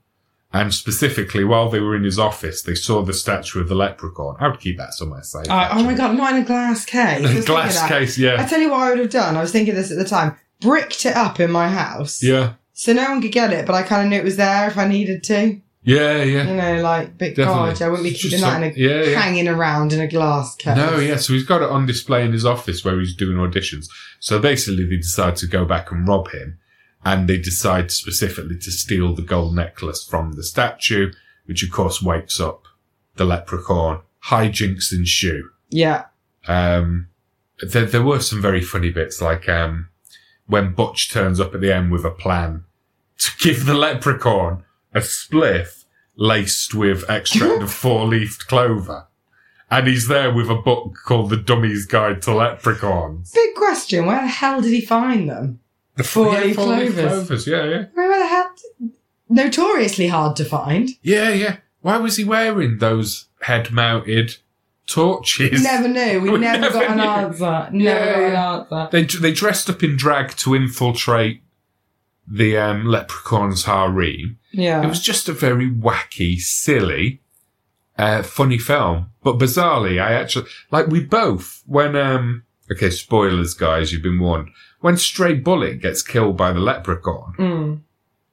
S4: And specifically, while they were in his office, they saw the statue of the leprechaun. I would keep that somewhere safe.
S3: Uh, oh my
S4: actually.
S3: god, not in a glass case. I was thinking
S4: glass
S3: that.
S4: case,
S3: I
S4: yeah,
S3: tell you what I would have done. I was thinking this at the time. Bricked it up in my house.
S4: yeah,
S3: So no one could get it, but I kind of knew it was there if I needed to.
S4: yeah, yeah.
S3: You know, like, but
S4: Definitely.
S3: Oh God, I wouldn't be
S4: Just
S3: keeping that in
S4: some-
S3: a,
S4: yeah, yeah.
S3: hanging around in a glass case.
S4: No, yeah, so he's got it on display in his office where he's doing auditions. So basically, they decide to go back and rob him, and they decide specifically to steal the gold necklace from the statue, which of course wakes up the leprechaun, hijinks and shoe.
S3: Yeah.
S4: Um, there, there were some very funny bits, like um, when Butch turns up at the end with a plan to give the leprechaun a spliff laced with extract of four-leafed clover. And he's there with a book called The Dummy's Guide to Leprechauns.
S3: Big question. Where the hell did he find them?
S4: The
S3: four-leaf clovers.
S4: four-leaf clovers. Yeah, yeah.
S3: I mean, Where the hell? Notoriously hard to find.
S4: Yeah, yeah. Why was he wearing those head-mounted torches?
S3: never knew. We,
S4: We
S3: never,
S4: never
S3: got an
S4: knew.
S3: answer. Never
S4: Yeah,
S3: got
S4: yeah.
S3: an answer.
S4: They they dressed up in drag to infiltrate the um, leprechaun's harem.
S3: Yeah.
S4: It was just a very wacky, silly, uh, funny film. But bizarrely, I actually like we both when um okay spoilers, guys, you've been warned. When Stray Bullet gets killed by the leprechaun,
S3: Mm.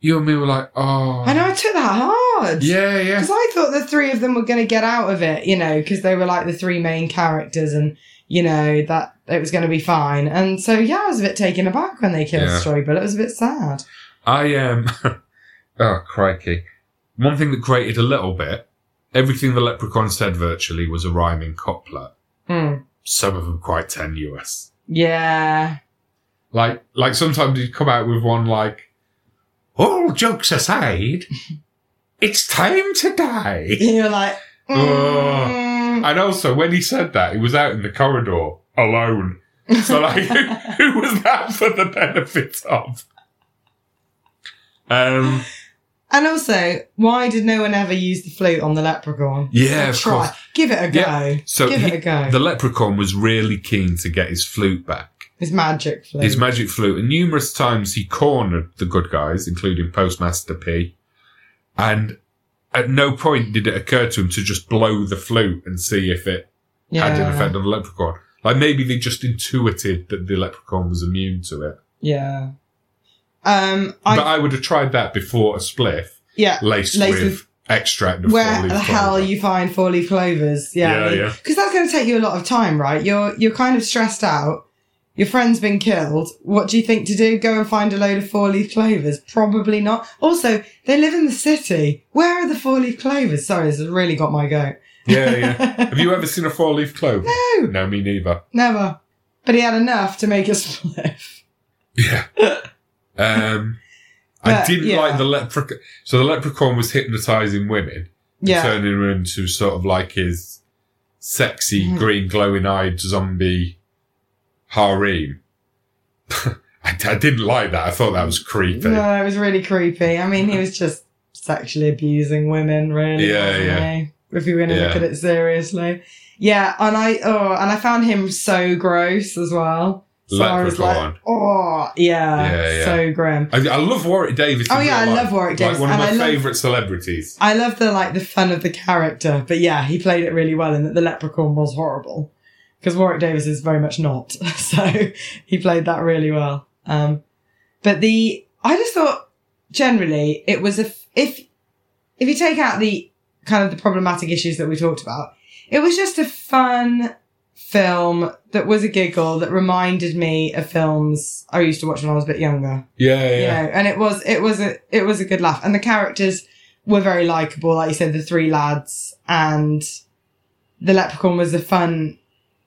S4: you and me were like, oh,
S3: I know. I took that hard.
S4: yeah, yeah,
S3: Because I thought the three of them were going to get out of it, you know, because they were like the three main characters, and you know that it was going to be fine. And so yeah, I was a bit taken aback when they killed
S4: Yeah.
S3: Stray Bullet. It was a bit sad.
S4: I Um, oh crikey! One thing that grated a little bit. Everything the leprechaun said virtually was a rhyming couplet. Hmm.
S3: Mm.
S4: some of them quite tenuous.
S3: Yeah.
S4: Like, like sometimes he'd come out with one like, "All jokes aside, it's time to die."
S3: And you were like, mm.
S4: And also, when he said that, he was out in the corridor alone. So, like, who, who was that for the benefit of? Um,
S3: and also, why did no one ever use the flute on the leprechaun?
S4: yeah,
S3: Or
S4: of
S3: try?
S4: course.
S3: Give it a go.
S4: Yeah. So
S3: Give
S4: he-
S3: it a go.
S4: the leprechaun was really keen to get his flute back.
S3: It's magic flute.
S4: his magic flute, and numerous times he cornered the good guys, including Postmaster P. And at no point did it occur to him to just blow the flute and see if it had an effect on the leprechaun. Like maybe they just intuited that the leprechaun was immune to it.
S3: Yeah. Um. I,
S4: but I would have tried that before a spliff
S3: yeah.
S4: laced,
S3: Laced
S4: with,
S3: with-
S4: extract of
S3: Where
S4: four-leaf
S3: the hell
S4: clover.
S3: you find four leaf clovers?
S4: Yeah,
S3: Yeah.
S4: yeah.
S3: Because that's going to take you a lot of time, right? You're you're kind of stressed out. Your friend's been killed. What do you think to do? Go and find a load of four leaf clovers? Probably not. Also, they live in the city. Where are the four leaf clovers? Sorry, this has really got my goat.
S4: Yeah, yeah. Have you ever seen a four-leaf clover?
S3: no,
S4: No, me neither.
S3: never. But he had enough to make us spliff.
S4: Yeah. Um, I
S3: But,
S4: didn't
S3: yeah.
S4: like the leprechaun. So the leprechaun was hypnotizing women, and
S3: Yeah.
S4: turning them into sort of like his sexy,
S3: Mhm.
S4: green, glowing-eyed zombie harem. I, I didn't like that. I thought that was creepy.
S3: No, it was really creepy. I mean, he was just sexually abusing women, really.
S4: Yeah,
S3: wasn't
S4: yeah.
S3: he? If you're going to look
S4: Yeah.
S3: at it seriously, yeah. And I, oh, and I found him so gross as well. So I was like,
S4: Leprechaun.
S3: oh, yeah,
S4: Yeah, yeah.
S3: so grim.
S4: I, I love Warwick Davis. in
S3: Oh, yeah,
S4: real
S3: I
S4: life.
S3: love Warwick Davis,
S4: Like one of
S3: and
S4: my
S3: I love-
S4: favourite celebrities.
S3: I love the like the fun of the character, but yeah, he played it really well, and that the leprechaun was horrible because Warwick Davis is very much not, so he played that really well. Um, but the I just thought generally it was if if if you take out the kind of the problematic issues that we talked about, it was just a fun film that was a giggle that reminded me of films I used to watch when I was a bit younger
S4: Yeah, yeah.
S3: you know and it was it was a it was a good laugh and the characters were very likable like you said the three lads and the leprechaun was a fun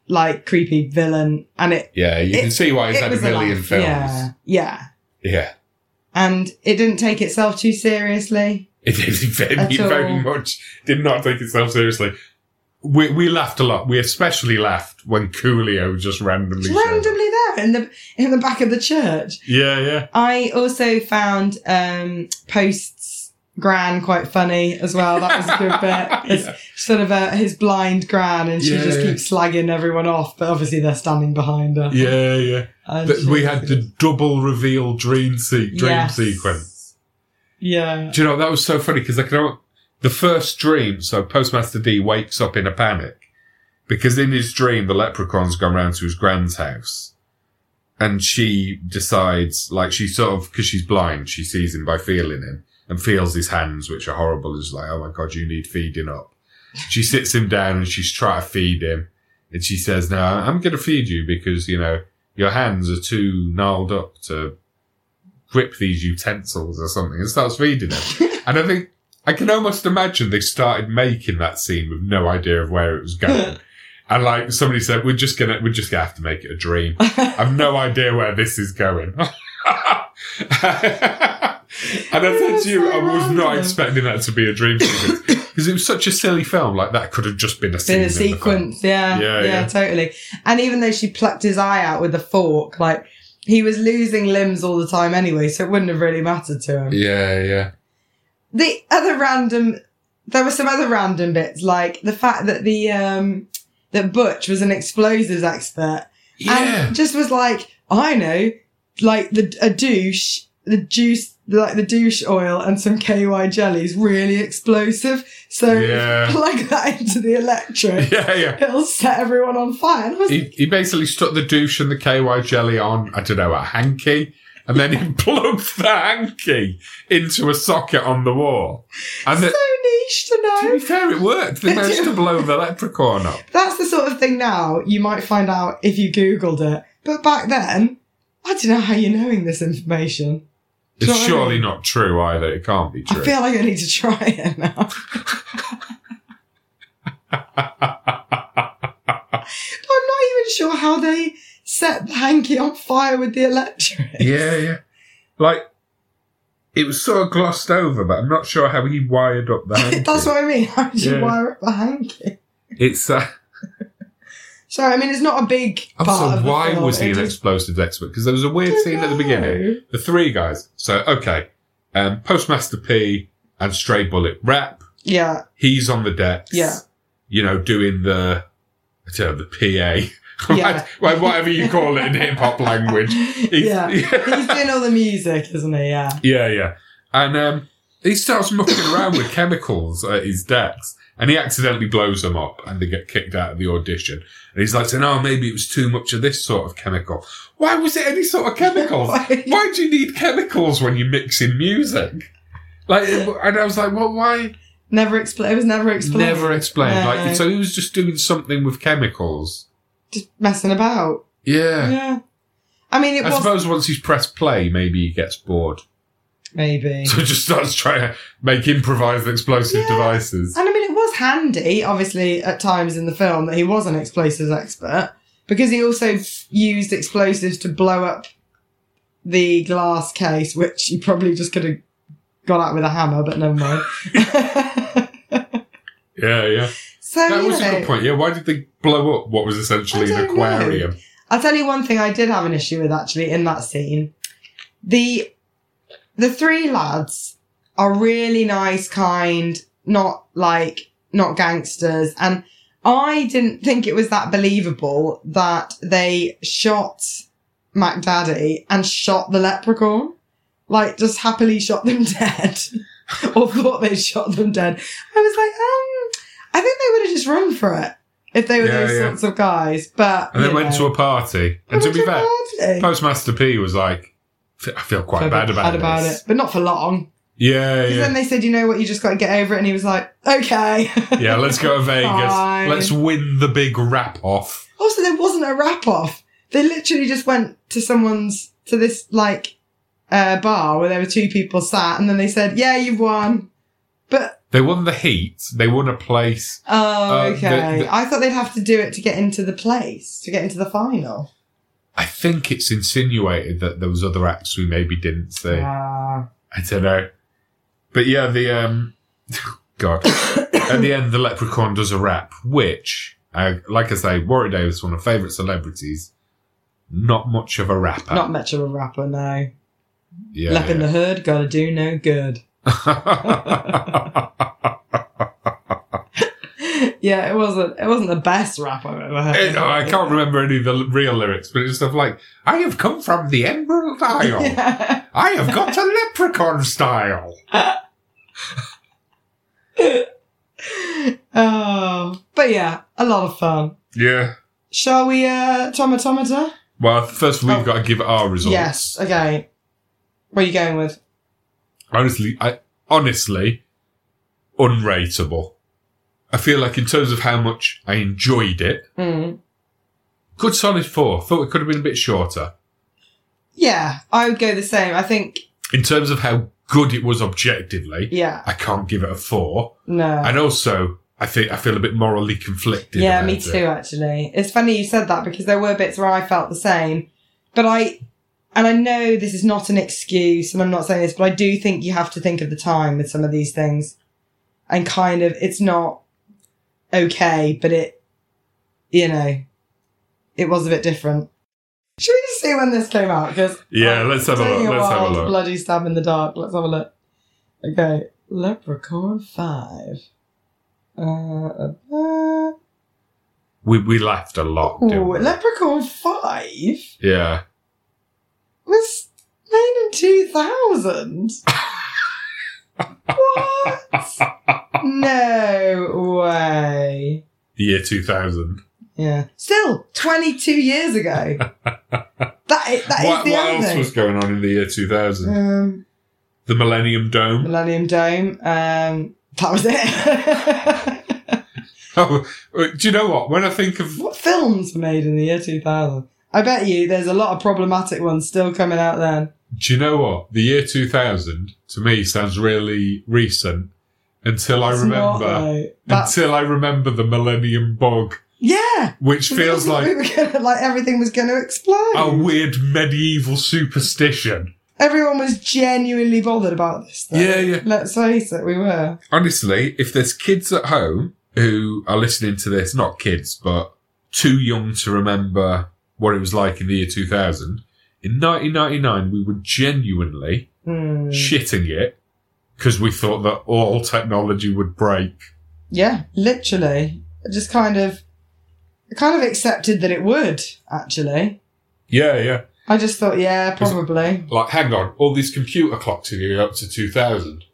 S3: like creepy villain and it
S4: Yeah, you
S3: It-
S4: can see why he's
S3: it
S4: had a
S3: was
S4: million
S3: laugh.
S4: films.
S3: yeah yeah
S4: yeah.
S3: and it didn't take itself too seriously
S4: It is very,
S3: At all.
S4: very much did not take itself seriously. We, we laughed a lot. We especially laughed when Coolio just randomly.
S3: It's
S4: showed up.
S3: randomly there in the in the back of the church
S4: Yeah, yeah.
S3: i also found um posts gran quite funny as well. That was a good bit. It's sort of a, his blind gran, and she
S4: Yeah,
S3: just
S4: yeah.
S3: keeps slagging everyone off. But obviously they're standing behind her.
S4: yeah, yeah.
S3: And
S4: But
S3: she-
S4: we had the double reveal dream se- dream
S3: Yes.
S4: sequence.
S3: Yeah.
S4: Do you know that was so funny because I can al- the first dream. So Postmaster D wakes up in a panic because in his dream the leprechaun's gone round to his grand's house, and she decides like she sort of because she's blind she sees him by feeling him and feels his hands which are horrible. Is like oh my god you need feeding up. She sits him down and she's trying to feed him, and she says no I'm going to feed you because you know your hands are too gnarled up to grip these utensils or something and starts feeding them. and I think I can almost imagine they started making that scene with no idea of where it was going. and like somebody said, we're just gonna we're just gonna have to make it a dream. I've no idea where this is going. and I said
S3: That's
S4: to you,
S3: so
S4: I was not
S3: random.
S4: expecting that to be a dream because it was such a silly film. Like that could have just been a scene
S3: Been
S4: in
S3: a
S4: the film.
S3: sequence, yeah,
S4: Yeah,
S3: yeah,
S4: yeah.
S3: totally. And even though she plucked his eye out with a fork, like he was losing limbs all the time anyway, so it wouldn't have really mattered to him.
S4: Yeah, yeah,
S3: the other random there were some other random bits like the fact that the um that butch was an explosives expert
S4: yeah.
S3: and just was like i know like the a douche the juice like the douche oil and some ky jelly is really explosive so if you
S4: Yeah.
S3: plug that into the electric
S4: yeah, yeah.
S3: it'll set everyone on fire And I was
S4: he, he basically stuck the douche and the KY jelly on, I don't know, a hanky. And then he plugged the hanky into a socket on the wall. And
S3: so
S4: it,
S3: niche to
S4: to
S3: know
S4: be fair, it worked. They managed to blow the leprechaun up.
S3: That's the sort of thing now you might find out if you Googled it. But back then, I don't know how you're knowing this information.
S4: It's
S3: Sorry.
S4: surely not true either. It can't be
S3: I
S4: true.
S3: feel like I need to try it now. I'm not even sure how they set the hanky on fire with the electric.
S4: yeah, yeah. Like, it was sort of glossed over, but I'm not sure how he wired up the hanky.
S3: That's what I mean. How did you
S4: Yeah.
S3: wire up the hanky?
S4: It's, uh,
S3: So I mean, it's not a big part
S4: also,
S3: of the
S4: why
S3: film.
S4: was he
S3: It
S4: an
S3: just-
S4: explosives expert? Because there was a weird scene at the beginning. the three guys. So okay, um, Postmaster P and Stray Bullet Rap.
S3: Yeah,
S4: He's on the decks.
S3: Yeah.
S4: You know, doing the I don't know the PA,
S3: Yeah.
S4: Wha- whatever you call it in hip hop language. He's-
S3: yeah. He's doing all the music, isn't he? Yeah.
S4: yeah, yeah. And um, he starts mucking around with chemicals at his decks, and he accidentally blows them up, and they get kicked out of the audition. And he's like saying, "Oh, maybe it was too much of this sort of chemical. Why was it any sort of chemicals? why do you need chemicals when you're mixing music? Like, and I was like, well, why?
S3: Never explain. It was never explained.
S4: Never explained.
S3: No.
S4: Like, so he was just doing something with chemicals.
S3: just messing about. Yeah.
S4: Yeah.
S3: I mean, it
S4: I
S3: was
S4: suppose once he's pressed play, maybe he gets bored.
S3: maybe.
S4: So he just starts trying to make improvised explosive
S3: Yeah.
S4: devices.
S3: And I mean, it was handy, obviously, at times in the film that he was an explosives expert because he also used explosives to blow up the glass case, which he probably just could have got out with a hammer, but never mind.
S4: Yeah, yeah.
S3: so
S4: that
S3: you
S4: was
S3: know,
S4: a good point. Yeah, why did they blow up what was essentially
S3: Oh, I
S4: an
S3: don't know.
S4: aquarium?
S3: I'll tell you one thing I did have an issue with actually in that scene. The the three lads are really nice, kind, not like not gangsters, and I didn't think it was that believable that they shot Mac Daddy and shot the leprechaun. Like just happily shot them dead. or thought they shot them dead. I was like, um, I think they would have just run for it if they were
S4: Yeah,
S3: those
S4: yeah.
S3: sorts of guys. But
S4: And then
S3: you
S4: went
S3: know.
S4: to a party. And to be fair,
S3: Hardly.
S4: Postmaster P was like, "F- I feel quite bad about, this.
S3: it, but not for long.
S4: Yeah,
S3: 'Cause
S4: yeah.
S3: Then they said, you know what, you just got to get over it, and he was like, okay.
S4: Yeah, let's go to Vegas.
S3: Fine.
S4: Let's win the big rap off.
S3: also, there wasn't a wrap off. They literally just went to someone's to this like uh, bar where there were two people sat, and then they said, yeah, you've won. But
S4: They won the heat. They won a place.
S3: oh,
S4: Uh, the-
S3: okay.
S4: the-
S3: I thought they'd have to do it to get into the place, to get into the final.
S4: I think it's insinuated that there was other acts we maybe didn't see.
S3: Ah.
S4: I don't know. But yeah, the um, God. At the end, the leprechaun does a rap, which, uh, like I say, Warwick Davis, one of my favourite celebrities, not much of a rapper.
S3: not much of a rapper, no.
S4: Ah. yeah,
S3: Lep in
S4: yeah.
S3: the hood, gotta do no good. yeah, it wasn't. It wasn't the best rap I've ever heard.
S4: It- oh, I can't remember any of the l- real lyrics, but it's stuff like, I have come from the Emerald Isle.
S3: Yeah.
S4: I have got a leprechaun style.
S3: oh, but yeah, a lot of fun.
S4: Yeah.
S3: Shall we, uh, tomatometer?
S4: Well, first we've
S3: Oh.
S4: got to give our results.
S3: Yes. Okay. Where are you going with?
S4: Honestly, I honestly unrateable. I feel like in terms of how much I enjoyed it,
S3: Mm.
S4: good solid four. Thought it could have been a bit shorter.
S3: Yeah, I would go the same. I think.
S4: In terms of how good it was objectively,
S3: Yeah.
S4: I can't give it a four.
S3: No.
S4: And also, I think I feel a bit morally conflicted.
S3: Yeah,
S4: about
S3: me
S4: it.
S3: too. Actually, it's funny you said that because there were bits where I felt the same, but I, and I know this is not an excuse, and I'm not saying this, but I do think you have to think of the time with some of these things, and kind of it's not okay, but it, you know, it was a bit different. Should we just see when this came out? Because
S4: Yeah, let's have a
S3: taking
S4: look,
S3: A
S4: let's have a
S3: wild
S4: look.
S3: Bloody stab in the dark. Let's have a look. Okay, Leprechaun Five. Uh, uh, uh,
S4: We we laughed a lot. didn't
S3: Ooh,
S4: we?
S3: Leprechaun 5
S4: yeah.
S3: was made in 2000. what? No way.
S4: The year two thousand.
S3: Yeah. Still, 22 years ago. That is, that is
S4: What,
S3: the
S4: what
S3: other
S4: else
S3: thing.
S4: was going on in the year two thousand?
S3: um,
S4: The Millennium Dome.
S3: Millennium Dome. Um, that was it.
S4: Oh, uh, do you know what? When I think of
S3: what films were made in the year 2000? I bet you there's a lot of problematic ones still coming out then.
S4: Do you know what? The year 2000 to me sounds really recent until I
S3: It's not,
S4: remember
S3: though. That's-
S4: until I remember the Millennium Bug,
S3: yeah.
S4: which
S3: Because
S4: feels
S3: we
S4: like Oh.
S3: were gonna, like everything was going to explode.
S4: a weird medieval superstition.
S3: Everyone was genuinely bothered about this. Though.
S4: Yeah, yeah.
S3: Let's face it, we were.
S4: Honestly, if there's kids at home who are listening to this, not kids, but too young to remember what it was like in the year 2000, in 1999 we were genuinely Mm.
S3: Hmm.
S4: shitting it because we thought that all technology would break.
S3: Yeah, literally. I just kind of, I kind of accepted that it would. Actually,
S4: Yeah, yeah.
S3: I just thought, yeah,
S4: Is it-
S3: probably.
S4: Like, hang on, all these computer clocks are going up to 2000.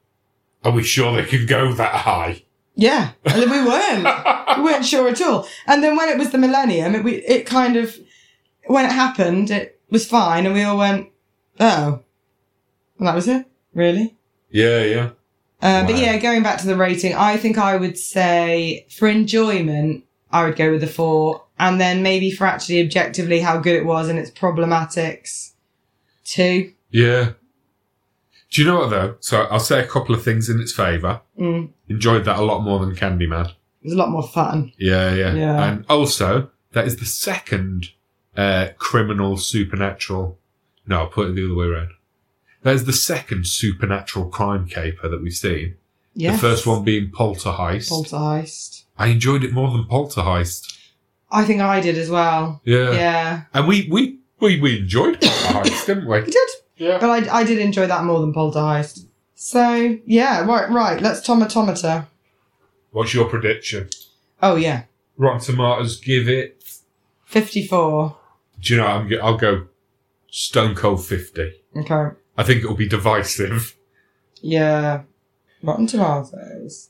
S4: Are we sure they can go that high?
S3: Yeah, and then we weren't. we weren't sure at all. And then when it was the millennium, it, we, it kind of, when it happened, it was fine, and we all went, oh, and that was it. Really.
S4: yeah, yeah.
S3: Uh, But
S4: Wow.
S3: yeah, going back to the rating, I think I would say for enjoyment, I would go with a four, and then maybe for actually objectively how good it was and its problematics, two.
S4: Yeah. Do you know what, though? So I'll say a couple of things in its favour.
S3: Mm,
S4: Enjoyed that a lot more than Candyman.
S3: it was a lot more fun.
S4: Yeah, yeah.
S3: Yeah.
S4: And also, that is the second uh, criminal supernatural. No, I'll put it the other way around. That is the second supernatural crime caper that we've seen.
S3: Yeah,
S4: The first one being Polterheist.
S3: poltergeist.
S4: I enjoyed it more than Polterheist.
S3: I think I did as well.
S4: Yeah.
S3: yeah,
S4: And we we we, we enjoyed Poltergeist, didn't
S3: we
S4: we?
S3: did,
S4: Yeah.
S3: but I, I did enjoy that more than poltergeist. So yeah, right, right. Let's tomatometer.
S4: What's your prediction?
S3: Oh yeah,
S4: Rotten Tomatoes give it.
S3: fifty-four.
S4: Do you know? I'm, g- I'll go Stone Cold Fifty.
S3: Okay.
S4: I think it'll be divisive.
S3: Yeah, Rotten Tomatoes.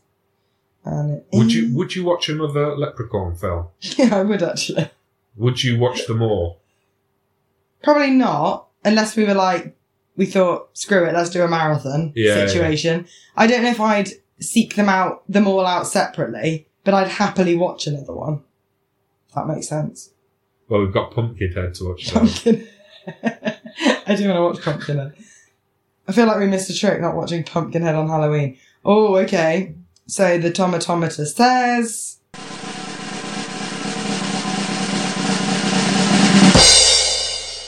S3: And it
S4: Would you Would you watch another Leprechaun film?
S3: Yeah, I would actually.
S4: Would you watch them all?
S3: Probably not, unless we were like, we thought, screw it, let's do a marathon
S4: Yeah,
S3: situation. I don't know if I'd seek them out, them all out separately, but I'd happily watch another one. If that makes sense.
S4: Well, we've got Pumpkinhead to watch. Though.
S3: Pumpkin. I do want to watch Pumpkinhead. I feel like we missed a trick not watching Pumpkinhead on Halloween. Oh, okay. So the tomatometer says.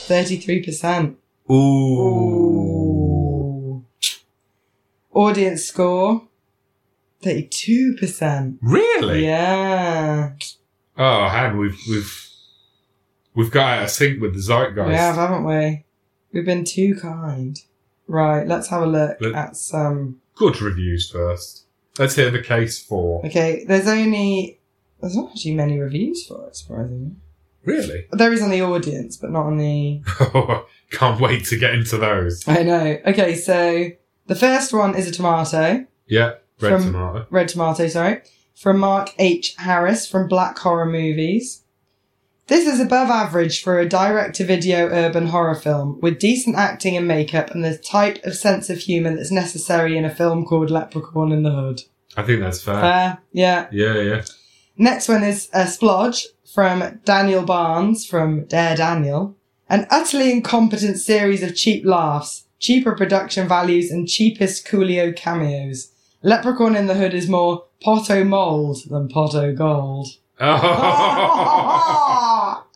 S3: Thirty-three percent.
S4: Ooh.
S3: Audience score 32%.
S4: Really?
S3: Yeah.
S4: Oh, Han, we've we've we've got out of sync with the
S3: We
S4: zeitgeist.
S3: have, haven't we? We've been too kind. Right, let's have a look
S4: Let-
S3: at some
S4: good reviews first. Let's hear the case for.
S3: Okay, there's only there's not actually many reviews for it, surprisingly.
S4: Really?
S3: There is on the audience, but not on the.
S4: Can't wait to get into those.
S3: I know. Okay, so the first one is a tomato,
S4: Yeah, red
S3: From-
S4: tomato.
S3: red tomato, sorry, from Mark H. Harris from Black Horror Movies. This is above average for a direct to video urban horror film with decent acting and makeup and the type of sense of humour that's necessary in a film called Leprechaun in the Hood.
S4: I think that's fair.
S3: Fair? Uh, Yeah.
S4: yeah, yeah.
S3: Next one is a splodge from Daniel Barnes from Dare Daniel. An utterly incompetent series of cheap laughs, cheaper production values, and cheapest Coolio cameos. Leprechaun in the Hood is more potto mold than potto gold.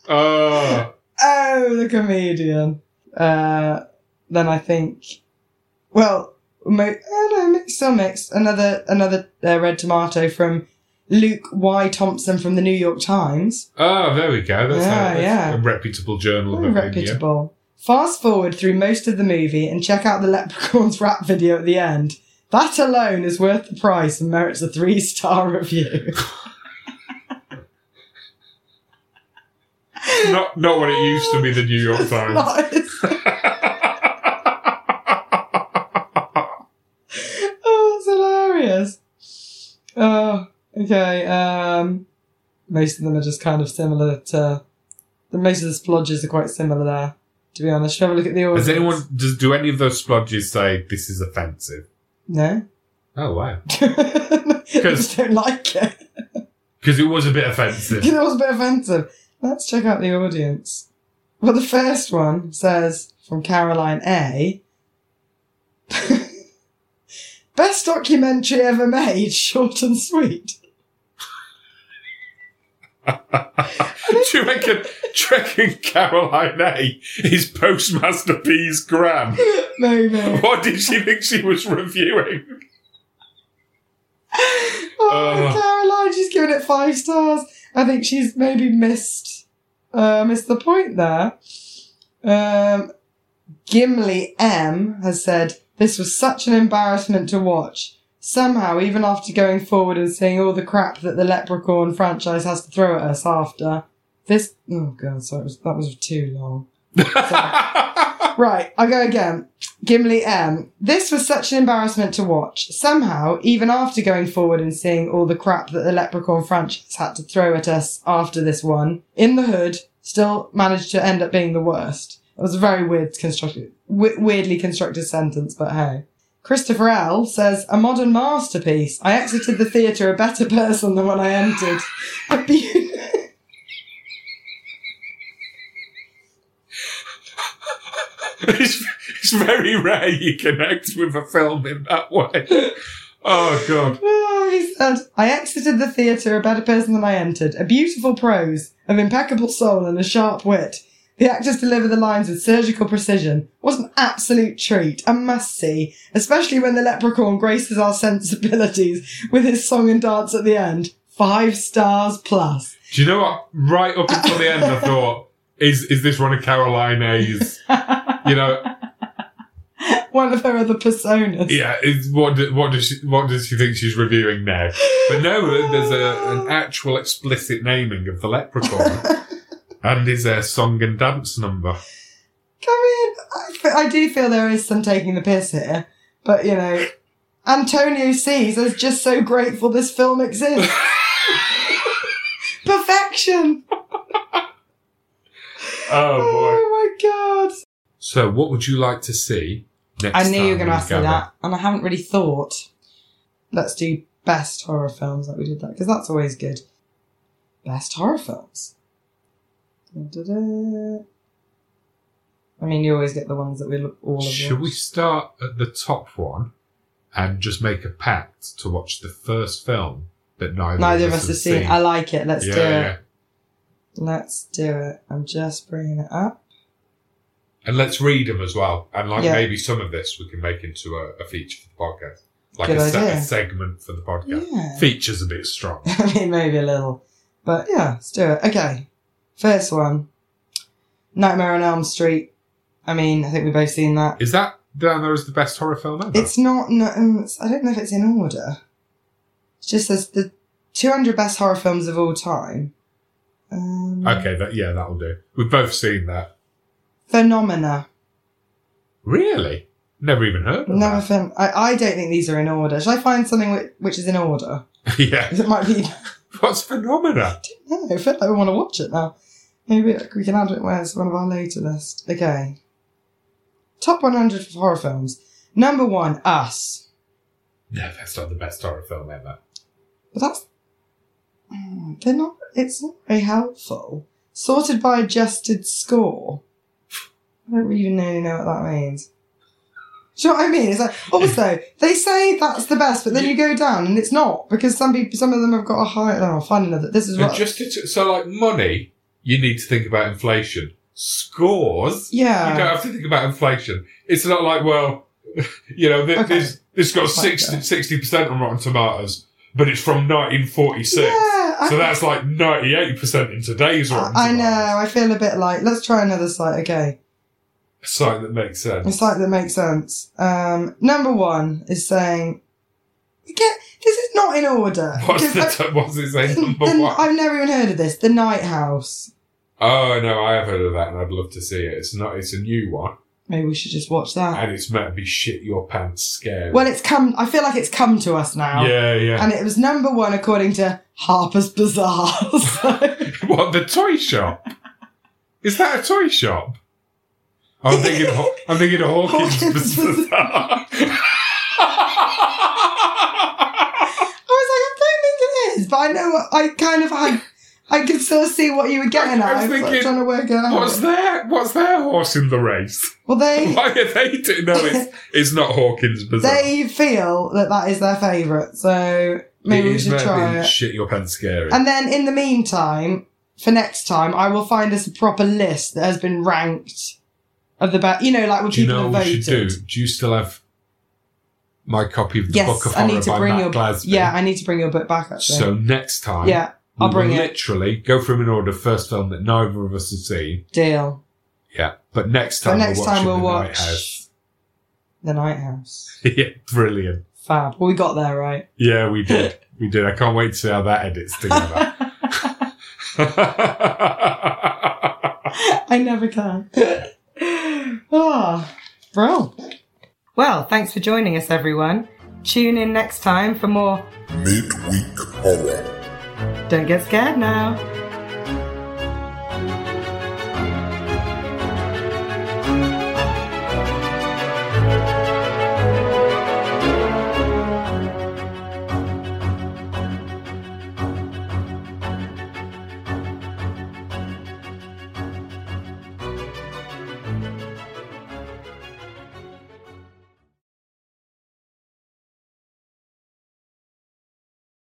S4: Oh,
S3: oh, the comedian. Uh, then I think, well, mo- oh no, mixed or mixed. Another another uh, red tomato from Luke Y. Thompson from the New York Times.
S4: oh, there we go. That's,
S3: Yeah,
S4: a, that's
S3: yeah.
S4: a reputable journal
S3: Very
S4: of opinion.
S3: reputable. Fast forward through most of the movie and check out the Leprechaun's rap video at the end. That alone is worth the price and merits a three star review.
S4: Not, not what it used to be, the New York Times.
S3: Nice. oh, that's hilarious. Oh, okay. Um, most of them are just kind of similar to. The most of the splodges are quite similar there. To be honest, should we have a look at the audience?
S4: Does anyone, does, do any of those splodges say this is offensive?
S3: No.
S4: Oh, wow.
S3: They just don't like it.
S4: Because it was a bit offensive.
S3: that was a bit offensive. Let's check out the audience. Well, the first one says from Caroline A. Best documentary ever made, short and sweet.
S4: do you reckon, do you reckon Caroline A is Postmaster P's gran?
S3: Maybe.
S4: What did she think she was reviewing?
S3: Oh,
S4: Uh.
S3: Caroline, she's given it five stars. I think she's maybe missed uh, missed the point there. Um, Gimli M has said this was such an embarrassment to watch. Somehow, even after going forward and seeing all the crap that the Leprechaun franchise has to throw at us after this, oh god, sorry, it was, that was too long. Right, I'll go again. Gimli M. This was such an embarrassment to watch. Somehow, even after going forward and seeing all the crap that the Leprechaun franchise had to throw at us after this one, in the hood, still managed to end up being the worst. It was a very weird constructed, w- weirdly constructed sentence, but hey. Christopher L says, a modern masterpiece. I exited the theatre a better person than when I entered. A beau-
S4: it's, it's very rare you connect with a film in that way. Oh god.
S3: Oh, he said, I exited the theatre a better person than I entered. A beautiful prose, of impeccable soul and a sharp wit. The actors deliver the lines with surgical precision. Was an absolute treat, a must see, especially when the leprechaun graces our sensibilities with his song and dance at the end. Five stars plus.
S4: Do you know what? Right up until the end, I thought, is is this one of Caroline A's? You know,
S3: One of her other personas.
S4: yeah. Is, what do, what does she what does she think she's reviewing now? But no, there's a, an actual explicit naming of the leprechaun, and is a song and dance number.
S3: I mean, I, fe- I do feel there is some taking the piss here, but you know, Antonio sees is just so grateful this film exists. Perfection!
S4: Oh boy.
S3: my god!
S4: So, what would you like to see next?
S3: I knew you were
S4: time
S3: going to
S4: we
S3: ask me
S4: gather?
S3: that, and I haven't really thought. Let's do best horror films like we did that, because that's always good. Best horror films. Dun, dun, dun. I mean, you always get the ones that we look all of.
S4: Should we start at the top one and just make a pact to watch the first film that neither,
S3: Neither of us has seen. I like it. Let's
S4: yeah,
S3: do it.
S4: yeah.
S3: Let's do it. I'm just bringing it up.
S4: And let's read them as well. And like
S3: Yeah.
S4: maybe some of this we can make into a, a feature for the podcast, like
S3: Good
S4: a, se-
S3: idea.
S4: a segment for the podcast.
S3: Yeah.
S4: Features a bit strong.
S3: I mean, maybe a little. But yeah, let's do it. Okay. First one Nightmare on Elm Street. I mean, I think we've both seen that.
S4: Is that down there as the best horror film ever.
S3: It's not. No, um, it's- I don't know if it's in order. It just says the 200 best horror films of all time. Um,
S4: okay, that yeah, that'll do. We've both seen that.
S3: Phenomena.
S4: Really? Never even heard of
S3: Another
S4: that.
S3: film. I, I don't think these are in order. Should I find something which, which is in order?
S4: yeah.
S3: It might be.
S4: What's phenomena?
S3: No, I feel like we want to watch it now. Maybe like, we can add it where it's one of our later list. Okay. Top 100 horror films. Number one, Us.
S4: No, that's not the best horror film ever.
S3: But that's. Mm, They're not. It's not very helpful. Sorted by adjusted score. I don't even really know what that means. Do you know what I mean? It's like also they say that's the best, but then you go down and it's not because some people, some of them have got a higher. Oh, I'll find another. This is what.
S4: Adjusted to, so like money, you need to think about inflation. Scores, you don't
S3: yeah.
S4: have to think about inflation. It's not like well, you know, th-
S3: Okay.
S4: this this got
S3: That's like
S4: 60 percent on Rotten Tomatoes, but it's from 1946.
S3: Yeah. I-
S4: So that's like 98% in today's
S3: I,
S4: Rotten
S3: I
S4: Tomatoes.
S3: know. I feel a bit like let's try another site. Okay,
S4: A site that makes
S3: a
S4: sense.
S3: site that makes sense. Um, number one is saying, "Get this is not in order."
S4: What's, the
S3: Because
S4: t- what's it
S3: I-
S4: say, number
S3: the-
S4: one?
S3: I've never even heard of this. The Night House.
S4: Oh, no, I have heard of that and I'd love to see it. It's not, it's a new one
S3: Maybe we should just watch that.
S4: and it's meant to be shit your pants scary.
S3: Ah. Well, it's come. I feel like it's come to us now.
S4: yeah, yeah.
S3: And it was number one according to Harper's Bazaar. So-
S4: What the toy shop? Is that a toy shop? I'm thinking. Haw- I'm thinking of Hawkins.
S3: Hawkins Bazaar. I was like, I don't think it is, but I know what- I kind of had. I could still see what you were getting at.
S4: I was
S3: I was like,
S4: thinking,
S3: trying to work it out.
S4: what's their What's their horse in the race?
S3: Well, they
S4: Why are they? Do- no, it's it's not Hawkins Bazaar.
S3: they feel that that is their favourite, so maybe
S4: It
S3: we
S4: is
S3: should
S4: meant to be
S3: try it.
S4: Shit your pants scary.
S3: And then in the meantime, for next time, I will find us a proper list that has been ranked of the best. You know, like what
S4: do you
S3: people
S4: know
S3: have
S4: what we
S3: voted.
S4: should do? Do you still have my copy of the
S3: Yes,
S4: Book of
S3: I
S4: Horror
S3: need to
S4: by
S3: bring
S4: Matt
S3: your-
S4: Glasby?
S3: Yeah, I need to bring your book back actually.
S4: so next time,
S3: yeah, I'll
S4: we
S3: bring
S4: will
S3: it.
S4: literally go through 'em in order. First film that neither of us have seen.
S3: deal.
S4: Yeah, but next
S3: So
S4: time
S3: next
S4: we're
S3: time
S4: watching
S3: we'll
S4: The
S3: watch
S4: Night House.
S3: the Night House.
S4: yeah, brilliant.
S3: Fab. Well, we got there right.
S4: Yeah, we did. we did. I can't wait to see how that edits together.
S3: I never can. Ah, bro. Well, thanks for joining us, everyone. Tune in next time for more.
S2: Midweek Horror.
S3: Don't get scared now.